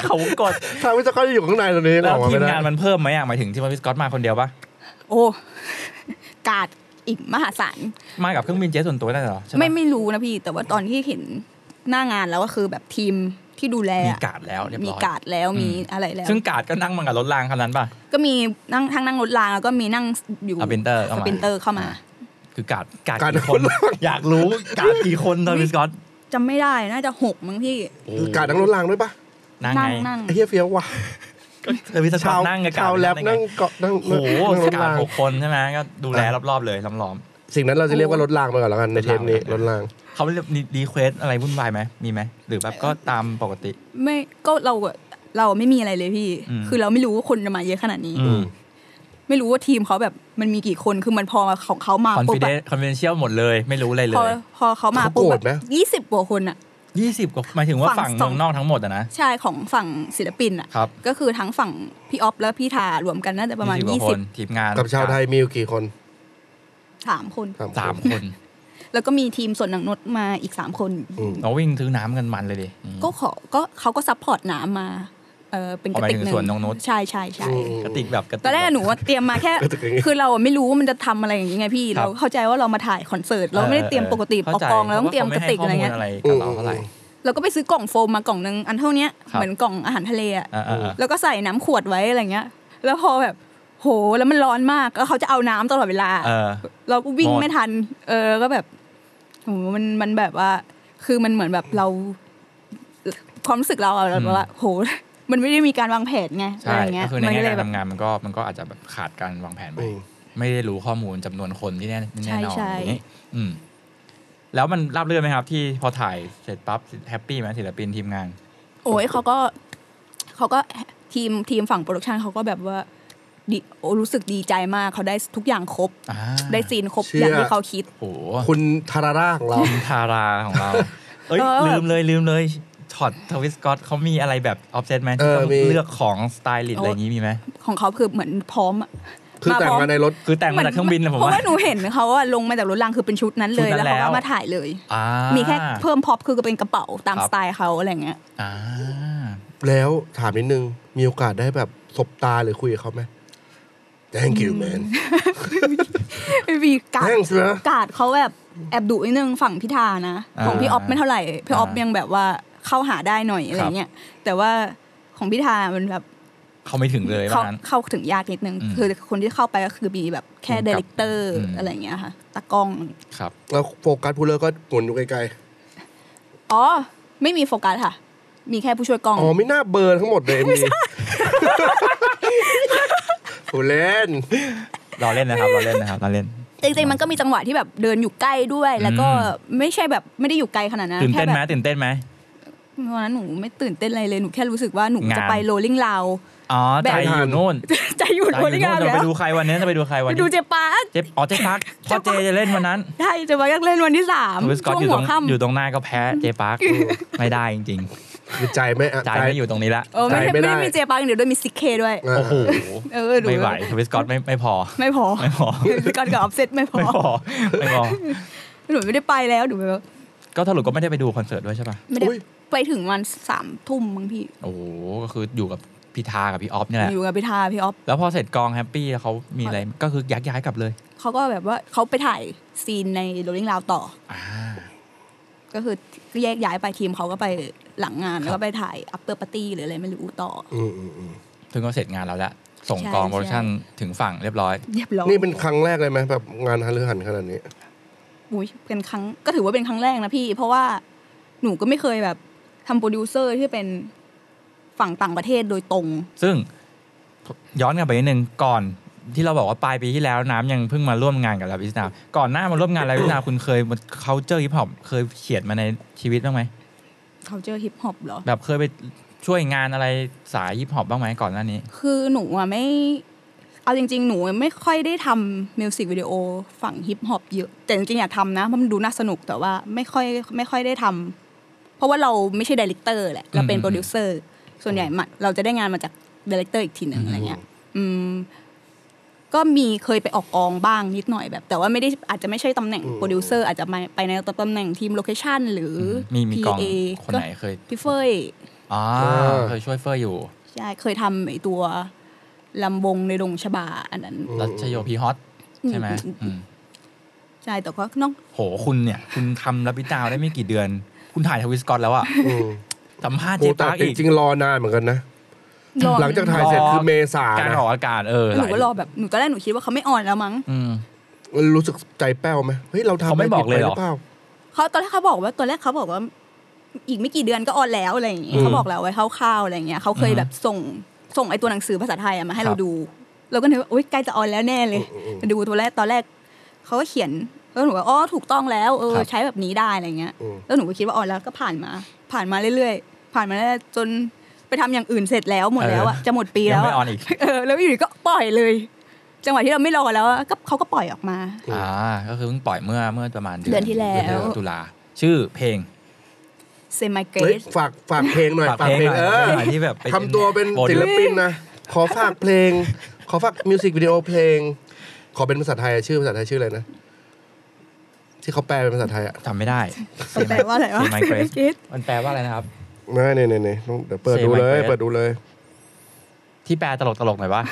Speaker 5: เขากด
Speaker 2: ถ้าวิศกรอยู่ข้างในตอนนี้ยัง
Speaker 5: แล้ว
Speaker 2: ออกมา
Speaker 5: ที
Speaker 2: ไม่
Speaker 5: ม
Speaker 2: ได้
Speaker 5: งานมันเพิ่มไหมอ่ะหมายถึงที่ว่าพี่สกอตมาคนเดียวปะ
Speaker 6: โอ้กาดอีกมหาศาล
Speaker 5: มากับเครื่องบินเจ็ตส่วนตัวได้เหรอใช่ปะ
Speaker 6: ไม่ไม่รู้นะพี่ แต่ว่าตอนที่เห็นหน้างานแล้วก็คือแบบทีมที่ดูแล
Speaker 5: มี
Speaker 6: อะ
Speaker 5: การ์ดแล้วเรียบ
Speaker 6: มี
Speaker 5: ร้อย
Speaker 6: การ์ดแล้ว
Speaker 5: อืม
Speaker 6: มีอะไรแล้ว
Speaker 5: ซึ่งการ์ดก็นั่งมากับรถรางคันนั้นปะ
Speaker 6: ก็มีนั่งทั้งนั่งรถรางแล้วก็มีนั่งอยู่
Speaker 5: เอา printer เข้ามา
Speaker 6: ปรินเตอร์เข้ามา
Speaker 5: คือการ์ดการ์ดกี่คน อยากรู้การ์ดกี่คนตอนพี่สกอต
Speaker 6: จำไม่ได้น่าจะหกมั้งพี่
Speaker 2: การนั่งรถรางด้วยปะ
Speaker 5: นั่ง
Speaker 6: นั่
Speaker 5: ไง
Speaker 6: งนั่ง
Speaker 2: ไอ้เหี้ยเฟี้ยวว่ะ
Speaker 5: ก็เธอพี่สกอ
Speaker 2: ชา
Speaker 5: ต
Speaker 2: ว
Speaker 5: นั่งกับกา
Speaker 2: ชา
Speaker 5: ร์
Speaker 2: ว
Speaker 5: ด
Speaker 2: แลบ
Speaker 5: ได้ไ
Speaker 2: นั่งเกาะนั่ง
Speaker 5: โอ้โห
Speaker 2: นั่งรถ
Speaker 5: กาด
Speaker 2: ราง
Speaker 5: หกคนใช่ไหมก็ดูแล
Speaker 2: อ่ะ
Speaker 5: รอบๆเลยล้อม
Speaker 2: สิ่งนั้นเราจะเรียกว่ารถรางไปก่อนแล้วกันในเทปนี้
Speaker 5: ร
Speaker 2: ร
Speaker 5: ถราร
Speaker 2: ถาง ง
Speaker 5: ๆเขาเรียกรีเควสอะไรวุ่นวายไหมมีไหมหรือแบบก็ตามปกติ
Speaker 6: ไม่ก็เราอะเราไม่มีอะไรเลยพี่
Speaker 5: อืม
Speaker 6: คือเราไม่รู้ว่าคนจะมาเยอะขนาดนี้
Speaker 5: อืม
Speaker 6: ไม่รู้ว่าทีมเขาแบบมันมีกี่คนคือมันพอของเขามา
Speaker 5: คอน
Speaker 6: ปุ๊
Speaker 5: ฟิ
Speaker 6: บ
Speaker 5: เด
Speaker 6: อะ
Speaker 5: นคอนเวนเชียลหมดเลย ไม่รู้อะไรเล
Speaker 6: พอย พอเขามา
Speaker 2: เขา
Speaker 6: ปุ๊บ
Speaker 2: โกร
Speaker 6: แบ
Speaker 2: ธไหม
Speaker 6: บยี่สิบกว่าคนอะ
Speaker 5: ยี่สิบกว่าหมายถึงว่า
Speaker 6: ฝั่
Speaker 5: ฝั่ง
Speaker 6: ง
Speaker 5: เมื
Speaker 6: สอ
Speaker 5: อง
Speaker 6: ง
Speaker 5: นอกทั้งหมดอะนะ
Speaker 6: ใช่ของฝั่งศิลปินอะ
Speaker 5: ครับ
Speaker 6: ก็คือทั้งฝั่งพี่ออฟและพี่ทารวมกันน่าจะประมาณ
Speaker 5: 20ก
Speaker 6: ยี่
Speaker 5: ว่าค
Speaker 6: สิบ
Speaker 5: นทีมงาน
Speaker 2: กับชาวไทยมีอยู่กี่คน
Speaker 6: สามคน
Speaker 5: สาม
Speaker 2: คน
Speaker 5: คน
Speaker 6: แล้วก็มีทีมส่วนหนังนดมาอีกสามคน
Speaker 2: อืม
Speaker 5: เราวิ่งซื้อน้ำกันมันเลยดิ
Speaker 6: ก็ขอก็เขาก็ซัพพอร์ตน้ำมา เออเป็นกระติกห
Speaker 5: หมายถึ
Speaker 6: นึ่ง
Speaker 5: งสวนนงนุช
Speaker 6: ใช่ใช่ใช่
Speaker 2: อืม
Speaker 5: กระติกแบบกระติ
Speaker 6: ตอนแรก
Speaker 5: บบ
Speaker 6: หนูว่าเตรียมมาแค่
Speaker 2: กระติกอย่างงี้
Speaker 6: คือเราอะไม่รู้ว่ามันจะทำอะไรอย่างงี้ไงพี่
Speaker 5: ครับ
Speaker 6: เราเข้าใจว่าเรามาถ่ายคอนเสิร์ต เราไม่ได้เตรียมปกติอ
Speaker 5: เข้า
Speaker 6: อก
Speaker 5: ใจ
Speaker 6: กองเราต้องเตรียมกระติกอะไรเงี้ย
Speaker 5: พาว่าเขาม่ให้ข้อมูลอะไรกับเราเท่าไหร่
Speaker 6: เราก็ไปซื้อกล่องโฟมมากล่องนึงอันเท่าเนี้ย
Speaker 5: ครับ
Speaker 6: เหมือนกล่องอาหารทะเลอะ
Speaker 5: อ่าๆๆ
Speaker 6: แล้วก็ใส่น้ำขวดไว้อะไรเงี้ย แล้วพอแบบโหแล้วมันร้อนมากแล้วเขาจะเอาน้ำตลอดเวลา
Speaker 5: เออ
Speaker 6: เราก็วิ่ง
Speaker 5: หมด
Speaker 6: ไม่ทัน เออก็แบบโหมันมันแบบว่า คือมันเหมือนแบบเรา ความรู้สึกเราอะเราแบบว่าโห มันไม่ได้มีการวางแผนไงอะ
Speaker 5: ใช่
Speaker 6: ไรเงี้ย
Speaker 5: ก็คือใน
Speaker 6: มั
Speaker 5: แง่
Speaker 6: ก็เล
Speaker 5: กาย ร
Speaker 6: แบบ
Speaker 5: ทำงานมันก็มันก็อาจจะแบบขาดการวางแผนไป
Speaker 2: อืม
Speaker 5: ไม่ได้รู้ข้อมูลจำนวนคนที่แน่แน่นอน
Speaker 6: ใช่ใช่
Speaker 5: อย่างนี้อืม แล้วมันราบเรื่อนไหมครับ ที่พอถ่ายเสร็จปั๊บแฮปปี้ไหมศิลปินทีมงาน
Speaker 6: โอ้ยเขาก็เขาก็ทีมทีมฝั่งโปรดักชันเขาก็แบบว่าดีโอ้รู้สึกดีใจมากเขาได้ทุกอย่างครบ
Speaker 5: อ่า
Speaker 6: ได้ซีนครบ
Speaker 2: เชื่อ
Speaker 6: อ
Speaker 2: อ
Speaker 6: ย่างที่เขาคิด
Speaker 5: โอ้โห
Speaker 2: คุณทาราร่าของเรา
Speaker 5: คุณทาราของเรา เอ้ย
Speaker 6: เออ
Speaker 5: ลืมเลยลืมเลยช็อตทวิสกอตเขามีอะไรแบบออฟเซตไหมที่ต้อง
Speaker 2: เออมี
Speaker 5: เลือกของสไตลิสต์อะไรอย่างนี้มีไหม
Speaker 6: ของเขาคือเหมือนพร้อมอะ
Speaker 2: คือแต่งมาในรถ
Speaker 5: คือแต่งมาจากเครื่องบินนะผม
Speaker 6: เพราะ
Speaker 5: ว่า
Speaker 6: ว่าหนูเห็นเขาอะลงมาจากรถรางคือเป็นชุดนั้นเลย
Speaker 5: ชุดนั้
Speaker 6: แล้ว
Speaker 5: น
Speaker 6: เขา
Speaker 5: แล้ว
Speaker 6: ก็มาถ่ายเลย
Speaker 5: อ่า
Speaker 6: มีแค่เพิ่มพร็อปคือเป็นกระเป๋าตาม
Speaker 5: ครับ
Speaker 6: สไตล์เขาอะไรเงี้ย
Speaker 5: อ่า
Speaker 2: แล้วถามนิดนึง มีโอกาสได้แบบสบตาหรือคุยกับเขาไหม Thank you man
Speaker 6: มีการด
Speaker 2: Thanks นะ
Speaker 6: กาดเขาแบบแอบดุนิดนึงฝั่งพิธานะ
Speaker 5: อ่า
Speaker 6: ของพี่ออฟไม่เท่าไหร่พี่ออฟ
Speaker 5: อ่ายั
Speaker 6: ยังแบบว่าเข้าหาได้หน่อยอะไร
Speaker 5: ครับ
Speaker 6: เงี้ยแต่ว่าของพิธามันแบบ
Speaker 5: เขาไม่ถึงเลย
Speaker 6: เข้า
Speaker 5: ว่างั้น
Speaker 6: เข้าถึงยากนิดนึง
Speaker 5: อืม
Speaker 6: คือคนที่เข้าไปก็คือมีแบบแค่
Speaker 5: ภูมิกับ
Speaker 6: ดีเลกเตอร์
Speaker 5: อืม
Speaker 6: อะไรอย่างเงี้ยค่ะตากล้อง
Speaker 5: ครับ
Speaker 2: แล้วโฟกัสพูลเลอร์ก็หมุนอยู่ไกล
Speaker 6: อ๋อ ไม่มีโฟกัสค่ะ มีแค่ผู้ช่วยกล้อง
Speaker 2: ๆ อ๋อไม่น่าเบลอร์ทั้งหมดเลย มีผู้เล่น
Speaker 5: เราเล่นนะครับเราเล่นนะครับเราเล่น
Speaker 6: จริงๆมันก็มีจังหวะที่แบบเดินอยู่ใกล้ด้วย แล้วก็
Speaker 5: อื
Speaker 6: ไม่ใช่แบบไม่ได้อยู่ไกลขนาดนั้น
Speaker 5: ตื่น
Speaker 6: แค่
Speaker 5: เต้นไห
Speaker 6: แบ
Speaker 5: ม
Speaker 6: บ
Speaker 5: ตื่นเต้นไหม
Speaker 6: ตอนนั้นหนูไม่ตื่นเต้นอะไรเลย หนูแค่รู้สึกว่าหนู
Speaker 5: งาน
Speaker 6: จะไปโรลลิ่งลาว
Speaker 5: อ๋อ
Speaker 6: แบบ
Speaker 5: ใจอยู่นู่น
Speaker 6: จะอยู่
Speaker 5: ตาย
Speaker 6: โรล
Speaker 5: อ
Speaker 6: ลิ่
Speaker 5: ยู่
Speaker 6: งลา
Speaker 5: นู่จะ
Speaker 6: วนแล้ว
Speaker 5: ไปดูใครวันนี้จะไปดูใครวัน
Speaker 6: ไป
Speaker 5: นี้
Speaker 6: ดูเจปาร์ค
Speaker 5: เจ๊อ๋อเจ๊ปักพ่อเจจะเล่นวันนั้น
Speaker 6: ใช่เจปาร์คอยากเล่นวันที่สาม
Speaker 5: ทวิสกอต
Speaker 6: ช่วง
Speaker 5: อยู่ตร
Speaker 6: หัว
Speaker 5: ง
Speaker 6: ค่ำ
Speaker 5: อยู่ตรงหน้าก็แพ้เจ๊ปักไม่ได้จริง
Speaker 2: คือใจไม่อะ
Speaker 5: ๆใจไม่อยู่ตรงนี้ละ
Speaker 6: เออไม่
Speaker 2: ใจ
Speaker 6: ใช่
Speaker 2: ไม่
Speaker 6: ไม่
Speaker 2: ได้
Speaker 6: ได้มีเจปาร์คอย่างเดียวด้วยมีซิกเคด้วย
Speaker 2: อ่า
Speaker 5: โอ้โห
Speaker 6: เออดู
Speaker 5: ไม่ไหวทวิสกอตไม่ไม่พอ
Speaker 6: ไม่พอ
Speaker 5: ไม่พอ
Speaker 6: ก่อนกับออฟเซ็ต ไม่พอ
Speaker 5: ไม่พอไม่พอ
Speaker 6: หนูไม่ได้ไปแล้วหนูแบบ
Speaker 5: ก็สรุปก็ไม่ได้ไปดูคอนเสิร์ตด้วยใช่ป่ะ
Speaker 6: ไม่ได้
Speaker 2: อุ๊ย
Speaker 6: ไปถึงวันสามทุ่มมั้งพี่
Speaker 5: โอ้โหก็คืออยู่กับพี่ทากับพี่ออฟเนี่ยแหละ
Speaker 6: อยู่กับพิธาพี่ออฟ
Speaker 5: แล้วพอเสร็จกองแฮปปี้แล้วเขามีอะไรก็คือยักย้ายกลับเลย
Speaker 6: เขาก็แบบว่าเขาไปถ่ายซีนในโรลลิ่งลาวต่อ
Speaker 5: อ่า
Speaker 6: ก็คือแยกย้ายไปทีมเขาก็ไปหลังงาน
Speaker 5: ครับ
Speaker 6: แล้วก็ไปถ่ายอัปเตอร์ปาร์ตี้หรืออะไรไม่รู้ต่อ
Speaker 2: อืมอืมอืม
Speaker 5: ถึงก็เสร็จงานเราแล้วส่งกอง
Speaker 6: ใช่
Speaker 5: โปรดักชั่นถึงฝั่งเรียบร้อย
Speaker 6: เรียบร้อย
Speaker 2: นี่เป็นครั้งแรกเลยไหมแบบงานฮาลือหันขนาดนี้
Speaker 6: อุ้ยเป็นครั้งก็ถือว่าเป็นครั้งแรกนะพี่ เพราะว่าหนูก็ไม่เคยแบบทำโปรดิวเซอร์ที่เป็นฝั่งต่างประเทศโดยตรง
Speaker 5: ซึ่งย้อนกลับไปนิดนึงก่อนที่เราบอกว่าปลายปีที่แล้วน้ำยังเพิ่งมาร่วมงานกับลาวิสนาก่อนหน้ามาร่วมงานลาวิสนา คุณเคยเขาเจอฮิปฮอปเคยเขียนมาในชีวิตบ้างไหม
Speaker 6: เขาเจอฮิปฮอปเหรอ
Speaker 5: แบบเคยไปช่วยงานอะไรสายฮิปฮอปบ้างไหมก่อนหน้านี้
Speaker 6: คือหนูอะไม่ เอาจริง ๆ หนูไม่ค่อยได้ทำมิวสิกวิดีโอฝั่งฮิปฮอปเยอะ แต่จริงๆอยากทำนะเพราะมันดูน่าสนุกแต่ว่าไม่ค่อยไม่ค่อยได้ทำเพราะว่าเราไม่ใช่ดีเลกเตอร์แหละ เราเป็น
Speaker 5: อืม
Speaker 6: โปรดิวเซอร์ส่วนใหญ่มันเราจะได้งานมาจากดีเลกเตอร์อีกทีหนึ่งอะไรเงี้ยอืมก็มีเคยไปออกกองบ้างนิดหน่อยแบบ แต่ว่าไม่ได้อาจจะไม่ใช่ตำแหน่ง
Speaker 2: อืม
Speaker 6: โปรดิวเซอร์อาจจะมาไปในตำแหน่งทีมโลเคชันหรืออ
Speaker 5: มีมีกอง
Speaker 6: PA
Speaker 5: คนไหนเคย
Speaker 6: พี่เฟย
Speaker 5: อ๋อ
Speaker 2: เออ
Speaker 5: เคยช่วยเฟอร์อยู่
Speaker 6: ใช่เคยทำไอตัวลำวงในดงชบาอันนั้น
Speaker 2: อืม
Speaker 5: รัชโยพีฮอตใช่ไหม
Speaker 6: อืม
Speaker 5: อืม
Speaker 6: ใช่แต่ก็นอก
Speaker 5: โหคุณเนี่ย คุณทำลาวิสนาได้ไม่กี่เดือน คุณถ่ายทวิสกอตแล้วอะ
Speaker 2: อืม
Speaker 5: สัมภาษณ์
Speaker 2: โอ้
Speaker 5: เจ๊
Speaker 2: แต่
Speaker 5: ปาร์ค
Speaker 2: จ
Speaker 5: อีก
Speaker 2: ริงๆรอนานเหมือนกันนะ
Speaker 6: รอ
Speaker 2: หลังจากถ่ายเสร็จคือเมษา
Speaker 5: การ
Speaker 2: นะ
Speaker 5: ออกอากาศเออ
Speaker 6: หนู
Speaker 5: ลาย
Speaker 6: ก็รอแบบหนูตอนแรกหนูคิดว่าเขาไม่ออนแล้วมั้ง
Speaker 5: อืม
Speaker 2: รู้สึกใจแป้วไหมเฮ้ยเราทำ
Speaker 5: เขาไม่บอกเลยเหรอ
Speaker 2: ะไผิดไปปล่า
Speaker 6: เขาตอนแรกเขาบอกว่าตอนแรกเขาบอกว่า อีกไม่กี่เดือนก็ออนแล้วอะไรอย่างเงี้
Speaker 2: อืม
Speaker 6: ยเขาบอกแล้วไว้คร่าวๆอะไรอย่างเงี้ยเขาเคย
Speaker 5: อือฮึ
Speaker 6: แบบส่งส่งไอตัวหนังสือภาษาไทยอะมาให้
Speaker 5: ครับ
Speaker 6: เราดูเราก็นึกว่าอุ้ยใกล้จะออนแล้วแน่เลย มาดูตัวแรกตอนแรกเขาก็เขียนแล้วหนูก็อ๋อถูกต้องแล้วเออ
Speaker 5: ครับ
Speaker 6: ใช้แบบนี้ได้อะไรเงี้ย
Speaker 2: อืม
Speaker 6: แล้วหนูก็คิดว่าออนแล้วก็ผ่านมา ผ่านมาเรื่อยๆ ผ่านมาเรื่อยๆจนไปทำอย่างอื่นเสร็จแล้วหมดแล้วอะ
Speaker 5: เออ
Speaker 6: จะหมดปี
Speaker 5: ยั
Speaker 6: แล้
Speaker 5: ง
Speaker 6: ว
Speaker 5: ไม่
Speaker 6: อะ
Speaker 5: ออนอีก
Speaker 6: เออแล้วอยู่ดีก็ปล่อยเลย จังหวะที่เราไม่รอแล้วอะก็เขาก็ปล่อยออกมา
Speaker 5: อ่าก็คือเพิ่งปล่อยเมื่อเมื่อประมาณ
Speaker 6: เดือนที่แล้ว
Speaker 5: ตุลาชื่อเพลง
Speaker 6: เซมิเกร
Speaker 2: เฮ้ย
Speaker 6: ส
Speaker 2: ฝากฝากเพลงหน่อย
Speaker 5: ฝาก
Speaker 2: ฝาก
Speaker 5: เพ
Speaker 2: เพ
Speaker 5: ล
Speaker 2: ล
Speaker 5: งหน่อย
Speaker 2: งเออ
Speaker 5: ฝากเพลงหน่อยที่แบบเป็น
Speaker 2: ทำตัวเป็น
Speaker 5: โมเดล
Speaker 2: ศิลปินนะ ขอฝากเพล ง ขอฝากมิวสิกวิดีโอเพลง ขอเป็นภาษาไทยอะชื่อภาษาไทยชื่ออะไรนะ ที่เขาแปลเป็นภาษาไทยอ่ะ
Speaker 5: จำไม่ได้
Speaker 6: แปลว่าอะไรวะ
Speaker 5: เซม
Speaker 6: เซมิเกรส
Speaker 5: มันแปลว่าอะไรนะครับ
Speaker 2: นี่นี่นี่นี่ต้องเดี๋ยวเปิดดูเลย
Speaker 5: Say my prayer
Speaker 2: เปิดดูเลย
Speaker 5: ที่แปลตลกตลกๆหน่อยว่า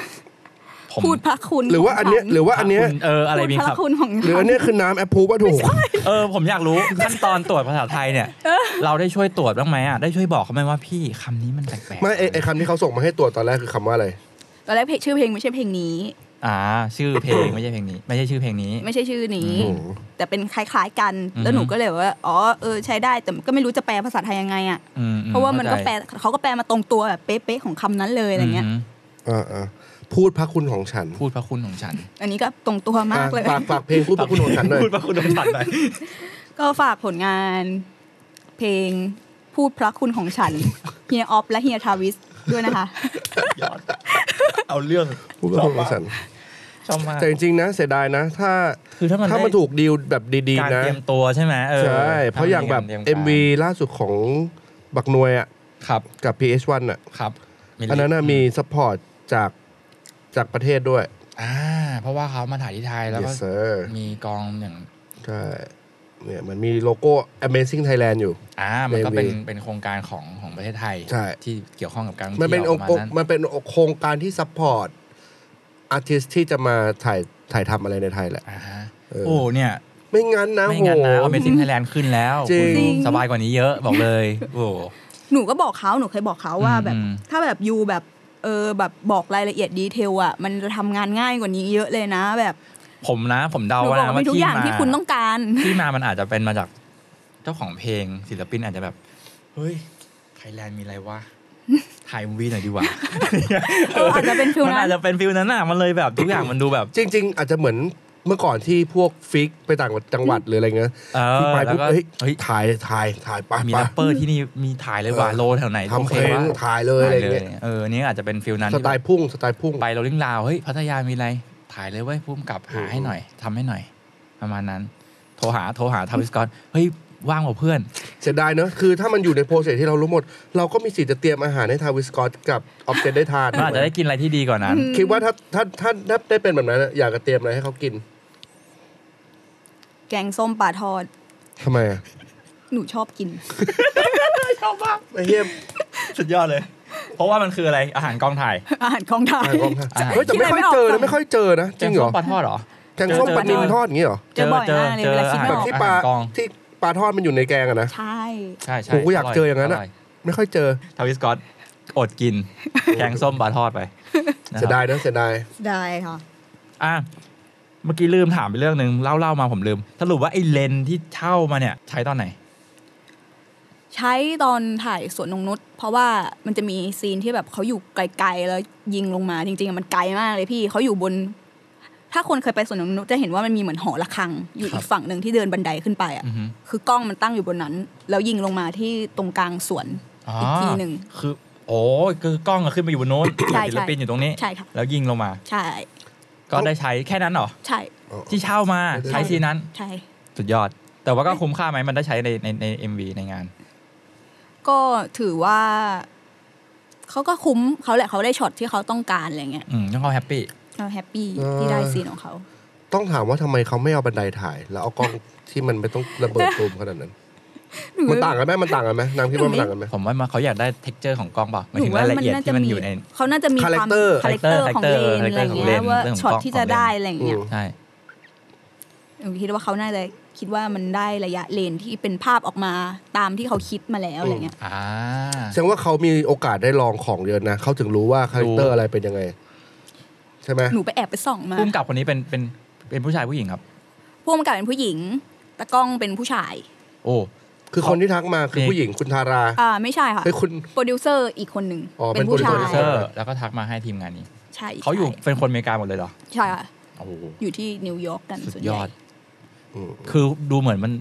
Speaker 5: ผม
Speaker 6: พูดพระคุณ
Speaker 2: หรือว่าอันเนี้ยหรือว่าอันเนี้ย
Speaker 5: คุณเอออะไรมี
Speaker 6: พูดพ
Speaker 5: ครั
Speaker 6: ระ
Speaker 5: บ
Speaker 6: คุณของ
Speaker 2: หรืออันเนี้ยคือน้ำแอปพูว่าถูก
Speaker 5: เออผมอยากรู้ ขั้นตอนตรวจภาษาไทยเนี่ย เราได้ช่วยตรวจบ้างไหมอ่ะได้ช่วยบอกเขาไหมว่าพี่คำนี้มันแปลกๆ
Speaker 2: ไม่ไอ้ไอ้คำที่เขาส่งมาให้ตรวจตอนแรกคือคำว่าอะไร
Speaker 6: ตอนแรกเพลงชื่อเพลงไม่ใช่เพลงนี้
Speaker 5: อ่า ชื่อเพลงไม่ใช่เพลงนี้ ไม่ใช่ชื่อเพลงนี้
Speaker 6: ไม่ใช่ชื่อนี้
Speaker 2: อืม
Speaker 6: แต่เป็นคล้ายๆกัน
Speaker 5: อือฮึ
Speaker 6: แล้วหนูก็เลยว่าอ๋อเออใช้ได้แต่ก็ไม่รู้จะแปลภาษาไทยยังไงอ่ะ
Speaker 5: อืม
Speaker 6: เพราะว่ามันก็
Speaker 5: เข้ใจ
Speaker 6: แปลเขาก็แปลมาตรงตัวแบบเป๊ะๆของคำนั้นเลยอะไรเงี้ย
Speaker 5: ม
Speaker 2: อ่าอ่าพูดพระคุณของฉัน
Speaker 5: พูดพระคุณของฉัน
Speaker 6: อันนี้ก็ตรงตัวมากเลย
Speaker 2: อ่ะฝากฝากเพลงพูดพระคุณของฉันหน่อย
Speaker 5: พูดพระคุณของฉันหน่อย
Speaker 6: ก็ฝากผลงาน เพลงพูดพระคุณของฉันเฮียออฟและเฮียทาวิสด้วย นะคะ
Speaker 5: ยอดเอาเรื่อง
Speaker 2: พูดพระคุณของฉัน
Speaker 5: ชอบมาก
Speaker 2: แต่จริงๆนะเสียดายนะ ถ้า
Speaker 5: คือถ้ามัน
Speaker 2: ถ้ามัน
Speaker 5: ได้
Speaker 2: ถูกดีลแบบดี
Speaker 5: การ
Speaker 2: ๆนะ
Speaker 5: เตรียมตัวใช่ไหมเออ
Speaker 2: ใช่ เพราะอย่างแบบ
Speaker 5: ถ้นตรียการ
Speaker 2: MV ล่าสุดของบักนวยอ่ะ
Speaker 5: ครับ
Speaker 2: กับ PH1 อ่ะ
Speaker 5: ครับมี
Speaker 2: อันนั้นน่ะมีซัพพอร์ตจากจากประเทศด้วย
Speaker 5: อ่าเพราะว่าเขามาถ่ายที่ไทยแล้วก็
Speaker 2: yes sir
Speaker 5: มีกองอย่าง
Speaker 2: ใช่เนี่ยมันมีโลโก้ Amazing Thailand อยู่
Speaker 5: อ่ามันก็เป็น
Speaker 2: Maybe
Speaker 5: เป็นโครงการของของประเทศไทย
Speaker 2: ใช่
Speaker 5: ที่เกี่ยวข้องกับการท่อง
Speaker 2: มันเป็น
Speaker 5: ที่ยว
Speaker 2: องค์
Speaker 5: ประาณ
Speaker 2: มันเป็นโครงการที่ซัพพอร์ตอาร์ติสที่จะมาถ่ายถ่ายทำอะไรในไทยแหละ
Speaker 5: อ่าฮะ
Speaker 2: เออ
Speaker 5: โอ้เนี่ย
Speaker 2: ไม่งั้นนะ
Speaker 5: ไม่
Speaker 2: โห
Speaker 5: งั้นนะเอาเมซิ่งไทยแลนด์ขึ้นแล้ว
Speaker 2: จริง
Speaker 5: คุณสบายกว่านี้เยอะบอกเลย โอ้
Speaker 6: หนูก็บอกเขาหนูเคยบอกเขาว่าแบบ
Speaker 5: อืม
Speaker 6: ถ้าแบบยูแบบเออแบบบอกรายละเอียดดีเทลอ่ะมันจะทำงานง่ายกว่านี้เยอะเลยนะ แบบ
Speaker 5: ผมนะผม
Speaker 6: ห
Speaker 5: เดา
Speaker 6: นู
Speaker 5: ว่า
Speaker 6: บอก
Speaker 5: นะ
Speaker 6: ว่ามี
Speaker 5: ว่า
Speaker 6: ทุก
Speaker 5: ที่
Speaker 6: อย่าง
Speaker 5: มา
Speaker 6: ที่คุณต้องการ
Speaker 5: ที่มามันอาจจะเป็นมาจากเจ้าของเพลงศิลปินอาจจะแบบ เฮ้ยไทยแลนด์มีอะไรวะ ถ่ายวีหน่อยดีกว่า
Speaker 6: เอออาจจะเป็นฟิลนั้น
Speaker 5: มัอาจจะเป็นฟิลนั้นอ่ะมันเลยแบบทุกอย่างมันดูแบบ
Speaker 2: จริง ๆ อาจจะเหมือนเมื่อก่อนที่พวกฟิกไปต่างจังหวัดหรืออะไรเงี้ย
Speaker 5: เอ
Speaker 2: ที่
Speaker 5: อ
Speaker 2: ไป
Speaker 5: แล้ว
Speaker 2: ปุ๊บ
Speaker 5: ก็
Speaker 2: เฮ้ย
Speaker 5: เฮ้ย
Speaker 2: ถ่ายถ่ายถ่ายไป
Speaker 5: มี
Speaker 2: ไป
Speaker 5: แรปเปอร์ที่นี่มีถ่ายเลยว่า
Speaker 2: เออ
Speaker 5: โลแถวไหน
Speaker 2: ทำเพ
Speaker 5: โอ
Speaker 2: ล
Speaker 5: คว
Speaker 2: ง
Speaker 5: วะ
Speaker 2: ถ่ายเลยอะไรเงี้ย
Speaker 5: เออนี่อาจจะเป็นฟิลนั้น
Speaker 2: สไตล์พุ่งสไตล์พุ่ง
Speaker 5: ไปโรลลิ่งลาวเฮ้ยพัทยามีอะไร ถ่ายเลยเว้ยพุ่มกับหาให้หน่อยทำให้หน่อย ประมาณนั้น โทรหาโทรหาทาวิสกอตเฮ้ยว่างกว่าเพื่อน
Speaker 2: เสียดายเนอะคือถ้ามันอยู่ในโปรเซสที่เรารู้หมด เราก็มีสิทธิ์จะเตรียมอาหารให้ทาวิสกอตกับออฟเจนได้ทาน
Speaker 5: มันอาจจะได้กินอะไรที่ดีกว่านั้น
Speaker 2: คิดว่าถ้าถ้าถ้าถ้าได้เป็นแบบนั้นอะอยากจะเตรียมอะไรให้เขากิน
Speaker 6: แกงส้มปลาทอด
Speaker 2: ทำไมอะ
Speaker 6: หนูชอบกิน
Speaker 2: ไอ้เหี้ย
Speaker 5: สุดยอดเลย เพราะว่ามันคืออะไรอาหารกองถ่าย
Speaker 6: อาหารกองไท
Speaker 2: อ่าย นกล้องค่ะ
Speaker 5: อ่าน
Speaker 2: เฮ้ยแต่ไม่ค่อยเจอนะไม่ค่อยเจอนะจริงเหรอ
Speaker 5: แกส้มปลาทอดเหรอ
Speaker 2: แกงส้ม
Speaker 5: เจอ
Speaker 2: ปลานิน
Speaker 5: เจอ
Speaker 2: ทอดอย่างงี้เหรอ
Speaker 6: เจอบ่อยมากเลยเวลาคิดไม่
Speaker 2: แบบอก
Speaker 6: อ
Speaker 2: ที่ปลา
Speaker 5: กอง
Speaker 2: ที่ปลาทอดมันอยู่ในแกงอะนะ
Speaker 6: ใช่
Speaker 5: ใช่ใช่
Speaker 2: โอ้โหอยากเจออย่างนั้นอะ ไม่ค่อยเจอ
Speaker 5: ทาวิสกอตอดกิน แกงส้มปลาทอดไปนะครับ
Speaker 2: เสียดายเนอะเสียดาย
Speaker 6: ได้ค่ะ
Speaker 5: อ่ะเมื่อกี้ลืมถามไปเรื่องหนึ่งเล่าเล่ามาผมลืม สรุปว่าไอ้เลนส์ที่เช่ามาเนี่ย ใช้ตอนไหน
Speaker 6: ใช้ตอนถ่ายสวนนงนุชเพราะว่ามันจะมีซีนที่แบบเขาอยู่ไกลๆแล้วยิงลงมาจริงๆอะมันไกลมากเลยพี่เขาอยู่บน ถ้าคนเคยไปสวนนงนุชจะเห็นว่ามันมีเหมือนหอระฆัง อยู่
Speaker 5: ครั
Speaker 6: อี
Speaker 5: บ
Speaker 6: กฝั่งหนึ่งที่เดินบันไดขึ้นไปอ่ะ
Speaker 5: อือฮึ
Speaker 6: คือกล้องมันตั้งอยู่บนนั้น แล้วยิงลงมาที่ตรงกลางสวน อีกทีหนึ่ง
Speaker 5: คือ โอ้ยคือกล้องอะขึ้นไปอยู่บนโน้น
Speaker 6: ใช่
Speaker 5: ศิลปินอยู่ตรงนี้
Speaker 6: ใช่ค่ะ
Speaker 5: แล้วยิงลงมา
Speaker 6: ใช่
Speaker 5: ก็ได้ใช้แค่นั้นเหรอ
Speaker 6: ใช่
Speaker 2: อ๋อ
Speaker 5: ที่เช่ามา
Speaker 2: ใช่
Speaker 5: ใช้ซีนนั้น
Speaker 6: ใช่
Speaker 5: สุดยอด แต่ว่าก็คุ้มค่าไหมมันได้ใช้ในในในเอ็มวีในงาน
Speaker 6: ก็ถือว่าเขาก็คุ้มเขาแหละเขาได้ช็อตที่เขาต้องการอะไรเงี้ย
Speaker 5: อืมต้องเขาแฮปปี้
Speaker 6: เราแฮปปี้
Speaker 2: เออ
Speaker 6: ที่ได้ซีนของเขา
Speaker 2: ต้องถามว่าทำไมเขาไม่เอาบันไดถ่าย แล้วเอากล้องที่มันไม่ต้องระเบิดตูมขนาดนั้น มันต่างกันไหมมันต่างกันไหมน้ำคิดว่ามันต่างกันไหม
Speaker 5: ผมว่ามาเขาอยากได้เท็กเจอร์ของกล้องเปล่าหมายถึง
Speaker 6: ห
Speaker 5: รายละเอียดที่มันอยู่ใน
Speaker 6: เขาน่าจะมีความ
Speaker 2: Character
Speaker 6: คาแรคเตอร์ของเลน
Speaker 5: Character
Speaker 6: อะไร
Speaker 5: ของ
Speaker 6: เงี้
Speaker 5: เล
Speaker 6: ย
Speaker 5: น
Speaker 6: ว่า
Speaker 5: เรื่องของ
Speaker 6: ช็อต
Speaker 5: กล้อง
Speaker 6: ที่
Speaker 5: ข
Speaker 6: จะ
Speaker 5: องเลน
Speaker 6: ได้อะไรเงี้ย
Speaker 2: อืม
Speaker 5: ใช่
Speaker 6: หนูคิดว่าเขาน่าจะคิดว่ามันได้ระยะเลนที่เป็นภาพออกมาตามที่เขาคิดมาแล้วอะไรเงี้ย
Speaker 5: อ่า
Speaker 2: แสดงว่าเขามีโอกาสได้ลองของเยอะนะ เขาถึงรู้ว่าคาแรคเตอ
Speaker 5: รู้
Speaker 2: ร์อะไรเป็นยังไง ใช่ไหม
Speaker 6: หนูไปแอบไปส่องมา
Speaker 5: พุ่มกับคนนี้เป็นเป็นเป็นผู้ชายผู้หญิงครับ
Speaker 6: ผู้กำกับเป็นผู้หญิงตะกล้องเป็นผู้ชาย
Speaker 5: โอ้
Speaker 2: คือคนที่ทักมาคือ
Speaker 5: เด็ก
Speaker 2: ผู้หญิงคุณทารา
Speaker 6: อ่าไม่ใช่ค่ะ
Speaker 2: เฮ้ยคุณ
Speaker 6: โปรดิวเซอร์อีกคนหนึ่ง
Speaker 2: อ๋อ
Speaker 6: เป็นผู้
Speaker 2: เป็น
Speaker 6: ชา
Speaker 5: โปร
Speaker 6: ย
Speaker 5: ดิว
Speaker 2: ว
Speaker 5: เซอร์แล้วก็ทักมาให้ทีมงานนี้
Speaker 6: ใช่
Speaker 5: เขาอยู่
Speaker 6: ใช่
Speaker 5: เป็นคนอเมริกาหมดเลยเหรอ
Speaker 6: ใช่ค่ะ
Speaker 5: โอ้โห
Speaker 6: อยู่ที่นิวยอร์กกัน
Speaker 5: สุด
Speaker 6: ส่วนให
Speaker 5: ย
Speaker 6: ญ่
Speaker 5: อด
Speaker 2: อืม
Speaker 5: คือดูเหมือนมัน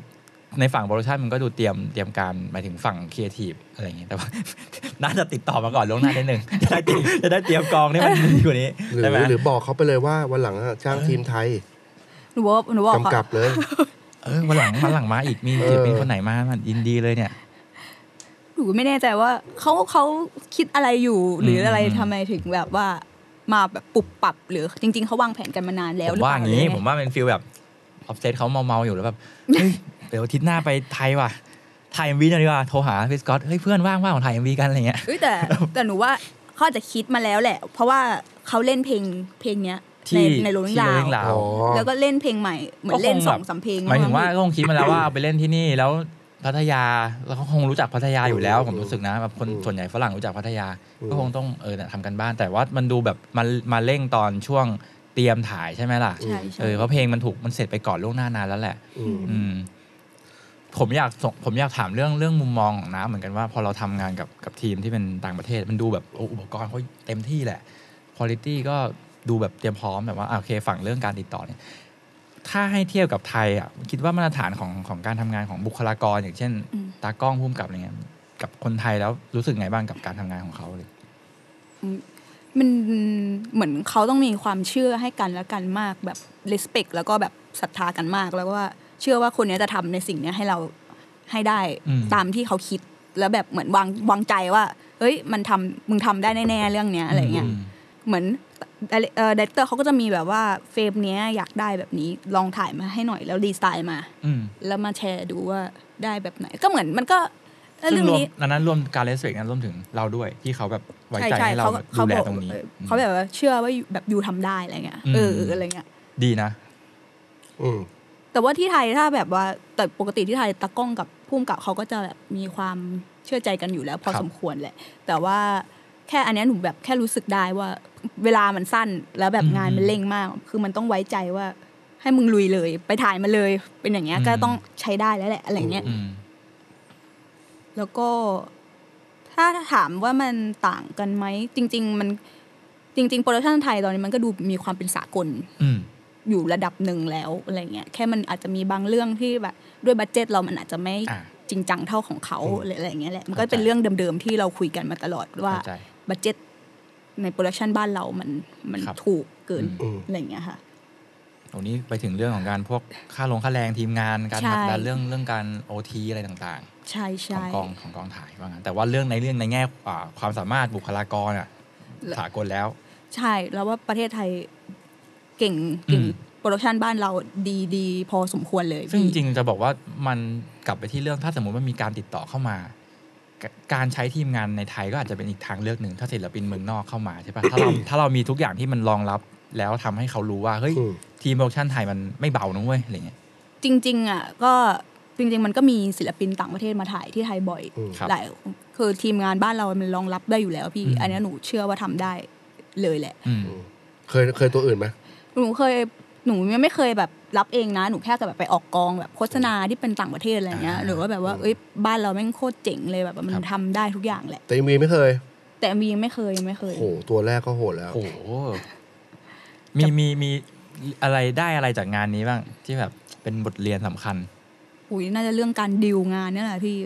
Speaker 5: ในฝั่งโปรดักชันมันก็ดูเตรียมเตรียมการหมายถึงฝั่งครีเอทีฟอะไรอย่างเงี้ยแต่ว่า น่าจะติดต่อมาก่อนล่วงหน้านิดนึง จะได้เตรียมจะได้เตรียมกองนี่มัน ดีกว่านี้
Speaker 2: หรือ
Speaker 5: ใช่ไหม
Speaker 2: หรือบอกเขาไปเลยว่าวันหลังอะจ้างทีมไทย
Speaker 6: หนูบอกหนูบอกเขา
Speaker 2: กำกับเลย
Speaker 5: เออวันหลังวันหลังมาอีกมี
Speaker 2: เออ
Speaker 5: ศิลปินคนไหนมามันยินดีเลยเนี่ย
Speaker 6: หนูไม่แน่ใจว่าเขาเขาคิดอะไรอยู่หรืออะไร
Speaker 5: อืม
Speaker 6: ทำไมถึงแบบว่ามาแบบปรับปรับหรือจริง ๆเขาวางแผนกันมานานแล้ว
Speaker 5: ผ
Speaker 6: ห
Speaker 5: ม
Speaker 6: รือ
Speaker 5: ว่า
Speaker 6: เปล่า
Speaker 5: อย่างนี้
Speaker 6: หรือไง
Speaker 5: ผมว่าเป็นฟิลแบบออฟเซตเขาเมาๆอยู่แล้วแบบเฮ้ยเดี๋ยวอาทิตย์หน้าไปไทยว่ะไทยเอ็มวีหน่อยดีกว่าโทรหาพี่สกอตเฮ้ยเพื่อนว่างว่างของไทยเอ็มวีกันอะไรเงี้ย
Speaker 6: เอ้ยแต่แต่หนูว่า เขาอาจจะคิดมาแล้วแหละ เพราะว่าเขาเล่นเพลงเพลงเนี้ยใน
Speaker 5: ที่
Speaker 6: ในโรงเล่น
Speaker 5: ที่
Speaker 6: ลา
Speaker 5: โรง
Speaker 6: ว
Speaker 5: เล่นลาว
Speaker 2: อ๋อ
Speaker 6: แล้วก็เล่นเพลงใหม่เหมือนเล่น
Speaker 5: ก็ค
Speaker 6: ส
Speaker 5: แบ
Speaker 6: อบ งสามเพลง
Speaker 5: หมายถึงว่า
Speaker 6: มั้
Speaker 5: ก็คงคิดมาแล้วว่าเอาไปเล่นที่นี่แล้วพัทยาแล้วเขาคงรู้จักพัทยาอยู่แล้วผมรู้สึกนะแบบคน
Speaker 2: อืม
Speaker 5: ส่วนใหญ่ฝรั่งรู้จักพัทยา
Speaker 2: อืม
Speaker 5: ก็คงต้องเออทำกันบ้านแต่ว่ามันดูแบบมันมาเร่งตอนช่วงเตรียมถ่ายใช่ไหมล่ะ
Speaker 6: ใช่ใช่
Speaker 5: เออเพราะเพลงมันถูกมันเสร็จไปก่อนล่วงหน้านานแล้วแหละ
Speaker 2: อืม
Speaker 5: อืม ผมอยากส่งผมอยากถามเรื่องเรื่องมุมมองของน้าเหมือนกันว่า พอเราทำงานกับกับทีมที่เป็นต่างประเทศ มันดูแบบโอ้อุปกรณ์เขาเต็มที่แหละคุณ i t y ก็ดูแบบเตรียมพร้อมแบบว่าอ่ะโอเคฝั่งเรื่องการติดต่อเนี่ย ถ้าให้เทียบกับไทยอ่ะคิดว่ามาตรฐานของของการทำงานของบุคลากร อย่างเช่น
Speaker 6: อืม
Speaker 5: ตากล้องพุ่มกับอะไรเงี้ยกับคนไทยแล้วรู้สึกไงบ้างกับการทำงานของเขาเลย
Speaker 6: มันเหมือนเขาต้องมีความเชื่อให้กันและกันมากแบบ respect แล้วก็แบบศรัทธากันมาก แล้วก็เชื่อว่าคนเนี้ยจะทำในสิ่งเนี้ยให้เราให้ได้
Speaker 5: อืม
Speaker 6: ตามที่เขาคิดแล้วแบบเหมือนวางวางใจว่า เฮ้ยมันทำมึงทำได้แน่ๆเรื่องเนี้ยอะไรเงี้ย
Speaker 5: ม
Speaker 6: เหมือนเอ่อดีเตอร์เขาก็จะมีแบบว่าเฟรมเนี้ยอยากได้แบบนี้ลองถ่ายมาให้หน่อยแล้วดีไซน์มา
Speaker 5: อืม
Speaker 6: แล้วมาแชร์ดูว่าได้แบบไหน ก็เหมือนมันก็เออ
Speaker 5: ซึ่
Speaker 6: เรื่อง ง
Speaker 5: รวม
Speaker 6: นี้
Speaker 5: อันนั้นรวมการเลสเวกนั้นรวมถึงเราด้วยที่เขาแบบไว้ใจให้เราดู
Speaker 6: เขา
Speaker 5: แล
Speaker 6: บอก
Speaker 5: ตรงนี้
Speaker 6: เออ
Speaker 5: อืม
Speaker 6: เขาแบบว่าเชื่อว่าอยู่แบบอยู่ทำได้อะไรเงี้ย
Speaker 5: อืม
Speaker 6: เอออะไรเงี้ย
Speaker 5: ดีนะ
Speaker 2: อืม
Speaker 6: แต่ว่าที่ไทยถ้าแบบว่าแต่ปกติที่ไทยตากล้องกับพุ่มกับเขาก็จะแบบมีความเชื่อใจกันอยู่แล้ว พอ
Speaker 5: ครับ
Speaker 6: สมควรแหละ แต่ว่าแค่อันเนี้ยหนูแบบแค่รู้สึกได้ว่าเวลามันสั้นแล้วแบบงานมันเร่งมาก คือมันต้องไว้ใจว่า ให้มึงลุยเลย ไปถ่ายมาเลย เป็นอย่างเงี้ยก็ต้องใช้ได้แล้วแหละอะไรเงี้ย
Speaker 5: อืม
Speaker 6: แล้วก็ถ้าถามว่ามันต่างกันไหม จริง ๆ มันจริงๆโปรดักชันไทยตอนนี้มันก็ดูมีความเป็นสากล
Speaker 5: อืม
Speaker 6: อยู่ระดับหนึ่งแล้วอะไรเงี้ยแค่มันอาจจะมีบางเรื่องที่แบบด้วยบัตเจตเรามันอาจจะไม่
Speaker 5: อ่า
Speaker 6: จริงจังเท่าของเขา
Speaker 2: อืม
Speaker 6: หรืออะไรเงี้ยแหละมันก็
Speaker 5: เข้าใจ
Speaker 6: เป็นเรื่องเดิมๆที่เราคุยกันมาตลอดว่า
Speaker 5: เข้าใจ
Speaker 6: บัตเจตในโปรดักชันบ้านเรามันมัน
Speaker 5: ครับ
Speaker 6: ถูกเกิน
Speaker 5: อืม
Speaker 6: อะไรเงี้ยค่ะ
Speaker 5: ตรงนี้ไปถึงเรื่องของการพว กค่าลงค่าแรงทีมงานการ
Speaker 6: ใช่
Speaker 5: ผลักดันเรื่องเรื่องการโอทีอะไรต่าง
Speaker 6: ใช่
Speaker 5: ๆ ของ
Speaker 6: ใช่
Speaker 5: กองของกองถ่ายว่างั้นแต่ว่าเรื่องในเรื่องในแง่อ่าความสามารถบุคลากรอ่ะ
Speaker 6: และ
Speaker 5: สากลแล้ว
Speaker 6: ใช่ แล้วว่าประเทศไทยเก่งเก่ง
Speaker 5: อืม
Speaker 6: โปรดักชันบ้านเราดีดีพอสมควรเลย
Speaker 5: ซึ่งจ
Speaker 6: พี่
Speaker 5: ริงๆจะบอกว่ามันกลับไปที่เรื่องถ้าสมมติว่ามีการติดต่อเข้ามา การใช้ทีมงานในไทยก็อาจจะเป็นอีกทางเลือกหนึ่งถ้าศิลปินเมืองนอกเข้ามาใช่ปะถ้าเรา ถ้าเรามีทุกอย่างที่มันรองรับแล้วทำให้เขารู้ว่าเฮ้ย
Speaker 2: อืม
Speaker 5: ทีมโปรดักชันไทยมันไม่เบานะเว้ยอะไรเงี้ย
Speaker 6: จริงๆอ่ะก็จริงๆ มันก็มีศิลปินต่างประเทศมาถ่ายที่ไทยบ่อย
Speaker 2: อืม
Speaker 5: ครับ
Speaker 6: หลายคือทีมงานบ้านเรามันรองรับได้อยู่แล้วพี่
Speaker 5: อืม
Speaker 6: อันเนี้ยหนูเชื่อว่าทำได้เลยแหละ
Speaker 5: อืม
Speaker 2: เคยเคยตัวอื่นไหม
Speaker 6: หนูเคยหนูยังไม่เคยแบบรับเองนะ หนูแค่แบบไปออกกองแบบโฆษณาที่เป็นต่างประเทศอะไรเงี้ย
Speaker 5: อ่า
Speaker 6: หรือว่าแบบว่า
Speaker 2: อืม
Speaker 6: เอ้ยบ้านเราแม่งโคตรเจ๋งเลยแบบว่ามั
Speaker 5: คน รับ
Speaker 6: ทำได้ทุกอย่างแหละ
Speaker 2: แต่เอ็มวีไม่เคย
Speaker 6: แต่มียังไม่เคยยังไม่เคย
Speaker 2: โหตัวแรกก็โหดแล้ว
Speaker 5: โอ้ โหมีมีมีอะไรได้อะไรจากงานนี้บ้าง ที่แบบเป็นบทเรียนสำคัญ
Speaker 6: อุ้ยน่าจะเรื่องการดีลงานเนี่ยแหละพี่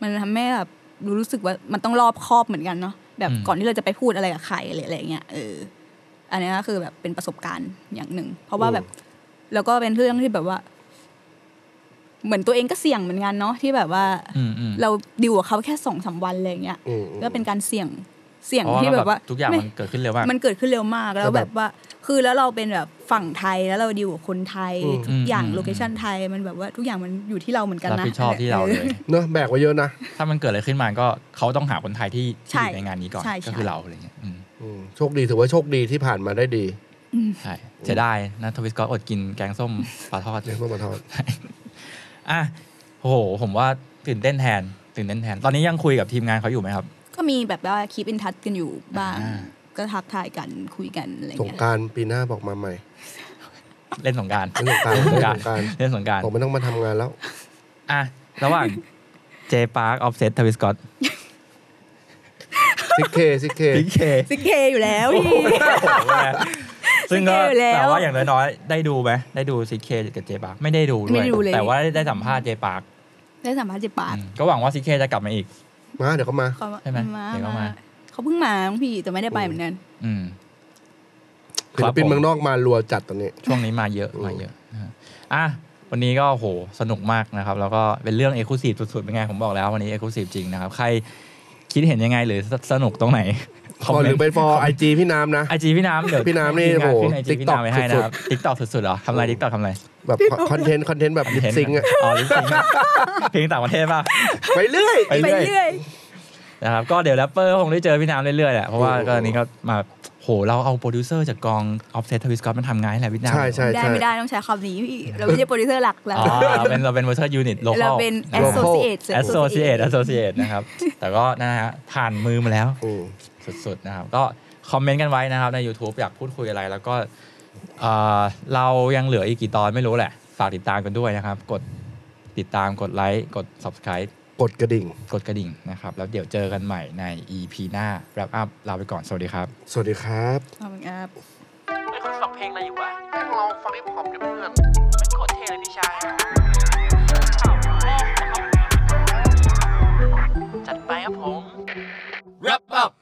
Speaker 6: มันทำให้แบบรู้สึกว่ามันต้องรอบคอบเหมือนกันเนาะแบบ
Speaker 5: อืม
Speaker 6: ก่อนที่เราจะไปพูดอะไรกับใครอะไรอะไรอย่างเงี้ยเอออันเนี้ยก็คือแบบเป็นประสบการณ์อย่างหนึ่ง เพราะว่าแบบแล้วก็เป็นเรื่องที่แบบว่า เหมือนตัวเองก็เสี่ยงเหมือนกันเนาะที่แบบว่า
Speaker 5: อืมอืม
Speaker 6: เราดีลกับเขาแค่สองสามวันอะไรอย่างเงี้ย
Speaker 2: อืมอืม
Speaker 6: ก็เป็นการเสี่ยงเสี่ยง
Speaker 5: เพราะว่า
Speaker 6: ที่แบบว่า
Speaker 5: ทุกอย่าง
Speaker 6: ไม่
Speaker 5: มันเกิดขึ้นเร็วมาก
Speaker 6: มันเกิดขึ้นเร็วมากแล้ว
Speaker 2: แล้วแบ
Speaker 6: แบบ บว่า คือแล้วเราเป็นแบบฝั่งไทยแล้วเราดีลกับคนไทย
Speaker 2: อืม
Speaker 6: ทุกอย่าง
Speaker 5: อืม
Speaker 6: โลเคชั่นไทยมันแบบว่าทุกอย่างมันอยู่ที่เราเหมือนกัน
Speaker 5: รับ
Speaker 6: นะ
Speaker 5: ผิดชอบที่เราเลย
Speaker 2: เนอะแบกไว้เยอะนะ
Speaker 5: ถ้ามันเกิดอะไรขึ้นมาก็เขาต้องหาคนไทยที่ที่
Speaker 6: ใช่
Speaker 5: อยู่ในงานนี้ก่อน
Speaker 6: ใช่
Speaker 5: ก็
Speaker 6: ใช่
Speaker 5: คือเราอะไรเงี้ยอืม
Speaker 2: อืมโชคดีถือว่าโชคดีที่ผ่านมาได้ดี
Speaker 5: ใช่จะได้นะทวิสก็อดกินแกงส้มปลาทอด
Speaker 2: เลี้ยงต้นมาทอด
Speaker 5: อ่ะโอ้โห ผมว่าตื่นเต้นแทนตื่นเต้นแทน ตอนนี้ยังคุยกับทีมงานเขาอยู่ไหมครับ
Speaker 6: ก็มีแบบว่าคีปอินทัชกันอยู่บ้าง
Speaker 5: อ่า
Speaker 6: ก็ทักทายกันคุยกันอะไร
Speaker 2: สง
Speaker 6: เงี้ย
Speaker 2: กรารปีหน้าบอกมาใหม่
Speaker 5: เล่นสงกราร
Speaker 2: เรื่องสงกราร
Speaker 5: ส
Speaker 2: เรื่อง
Speaker 5: ก
Speaker 2: ง
Speaker 5: รานต์
Speaker 2: สงกราร
Speaker 5: เล่นสงกราร
Speaker 2: ผมไม่ต้องมาทำงานแล้ว
Speaker 5: อ่ะระหว่างเจปาร์คออฟเซตทวิสกอต
Speaker 2: ซิกเคซิกเค
Speaker 5: พิเค
Speaker 6: ซิกเคอยู่แล้วพี่
Speaker 5: ซึ่งก็
Speaker 6: ซิกเคอยู่แล้ว
Speaker 5: แต่ว่าอย่างน้อยๆ ได้ดูไหมได้ดูซีเคกับเจปาร์คไม่ได้ดูด้ว
Speaker 6: ไม่ได้ดูเลย ย
Speaker 5: แต่ว่าได้สัมภาษณ์เจปาร์ค
Speaker 6: ได้สัมภาษณ์เจ็บปาก
Speaker 5: อืมก็หวังว่าซีเคจะกลับมาอีก
Speaker 2: มาเดี๋ยวก็มา
Speaker 6: เขา
Speaker 5: ใช่ไหมเดี๋ยวก็มา
Speaker 6: เขาเพิ่งมาพี่แต่ไม่ได้ไปเหมือนกัน
Speaker 5: อืม
Speaker 2: ศิลปินเมืองนอกมารัวจัดตอนนี้
Speaker 5: ช่วงนี้มาเยอะ
Speaker 2: อืม
Speaker 5: มาเยอะนะฮะอ่ะวันนี้ก็โหสนุกมากนะครับ แล้วก็เป็นเรื่องเอกลูซีฟสุดๆเป็นไงผมบอกแล้ววันนี้เอกลูซีฟจริงนะครับ ใครคิดเห็นยังไงหรือสสนุกตรงไหน
Speaker 2: พอหรือไปฟอไอจีพี่น้ำนะ
Speaker 5: ไอจีพี่น้ำเดี๋ยว
Speaker 2: พี่น้ำนี่
Speaker 5: ทีมงา
Speaker 2: โห
Speaker 5: ขึ้นไอจีพี่
Speaker 2: TikTok
Speaker 5: น้ำไว้ให้นะครับติ๊กตอกสุดๆเหรอทำอะไรติ๊กตอกทำอะไร
Speaker 2: แบบคอนเทนต์คอนเทนต์แบบลิปซิง
Speaker 5: เห็น
Speaker 2: อ่ะ
Speaker 5: อ๋อลิปซิงค์เพลงต่างประเทศป่ะ
Speaker 2: ไปเรื่อย
Speaker 5: ไป
Speaker 6: ไปเรื่อย
Speaker 5: นะครับก็เดี๋ยวแรปเปอร์คงได้เจอพี่น้ำเรื่อยๆแหละเพราะว่าก็อันนี้ก็มาโหเราเอาโปรดิวเซอร์จากกองออฟเซตทวิสกอตมันทำงานให้แหละพี่น้ำ
Speaker 2: ใช่ใช่
Speaker 6: ได้
Speaker 2: ใช่
Speaker 6: ไม่ได้ต้องใช้คำนี้พี่เราไม่ใช่โปรดิวเซอร์หลักแล้ว
Speaker 5: อ๋อเราเป็นเราเป็นเวอร์ชันยูนิตโลคอล
Speaker 6: เราเป็น
Speaker 2: Local
Speaker 6: associate
Speaker 5: แอสโซเชตแอสโซเชตนะครับ แต่ก็นะฮะผ่านมือมาแล้ว
Speaker 2: อืม
Speaker 5: สุดๆนะครับ ก็คอมเมนต์กันไว้นะครับ ใน YouTube อยากพูดคุยอะไรแล้วก็เอ่อเรายังเหลืออีกกี่ตอนไม่รู้แหละ ฝากติดตามกันด้วยนะครับ กดติดตามกดไลค์กด Subscribe
Speaker 2: กดกระดิ่ง
Speaker 5: กดกระดิ่งนะครับ แล้วเดี๋ยวเจอกันใหม่ใน EP หน้า Wrap Up ลาไปก่อน สวัสดีครับ
Speaker 2: สวัสดีครับ
Speaker 6: ขอบคุณครับ
Speaker 3: ไม่คุณฟังเพลงอะไรอยู่วะ
Speaker 4: แม่งลองฟังฮิปฮอปดิเพื่อน
Speaker 3: ไม่โคตรเท่เลยพี่ชายจัดไปครับผม
Speaker 5: Wrap Up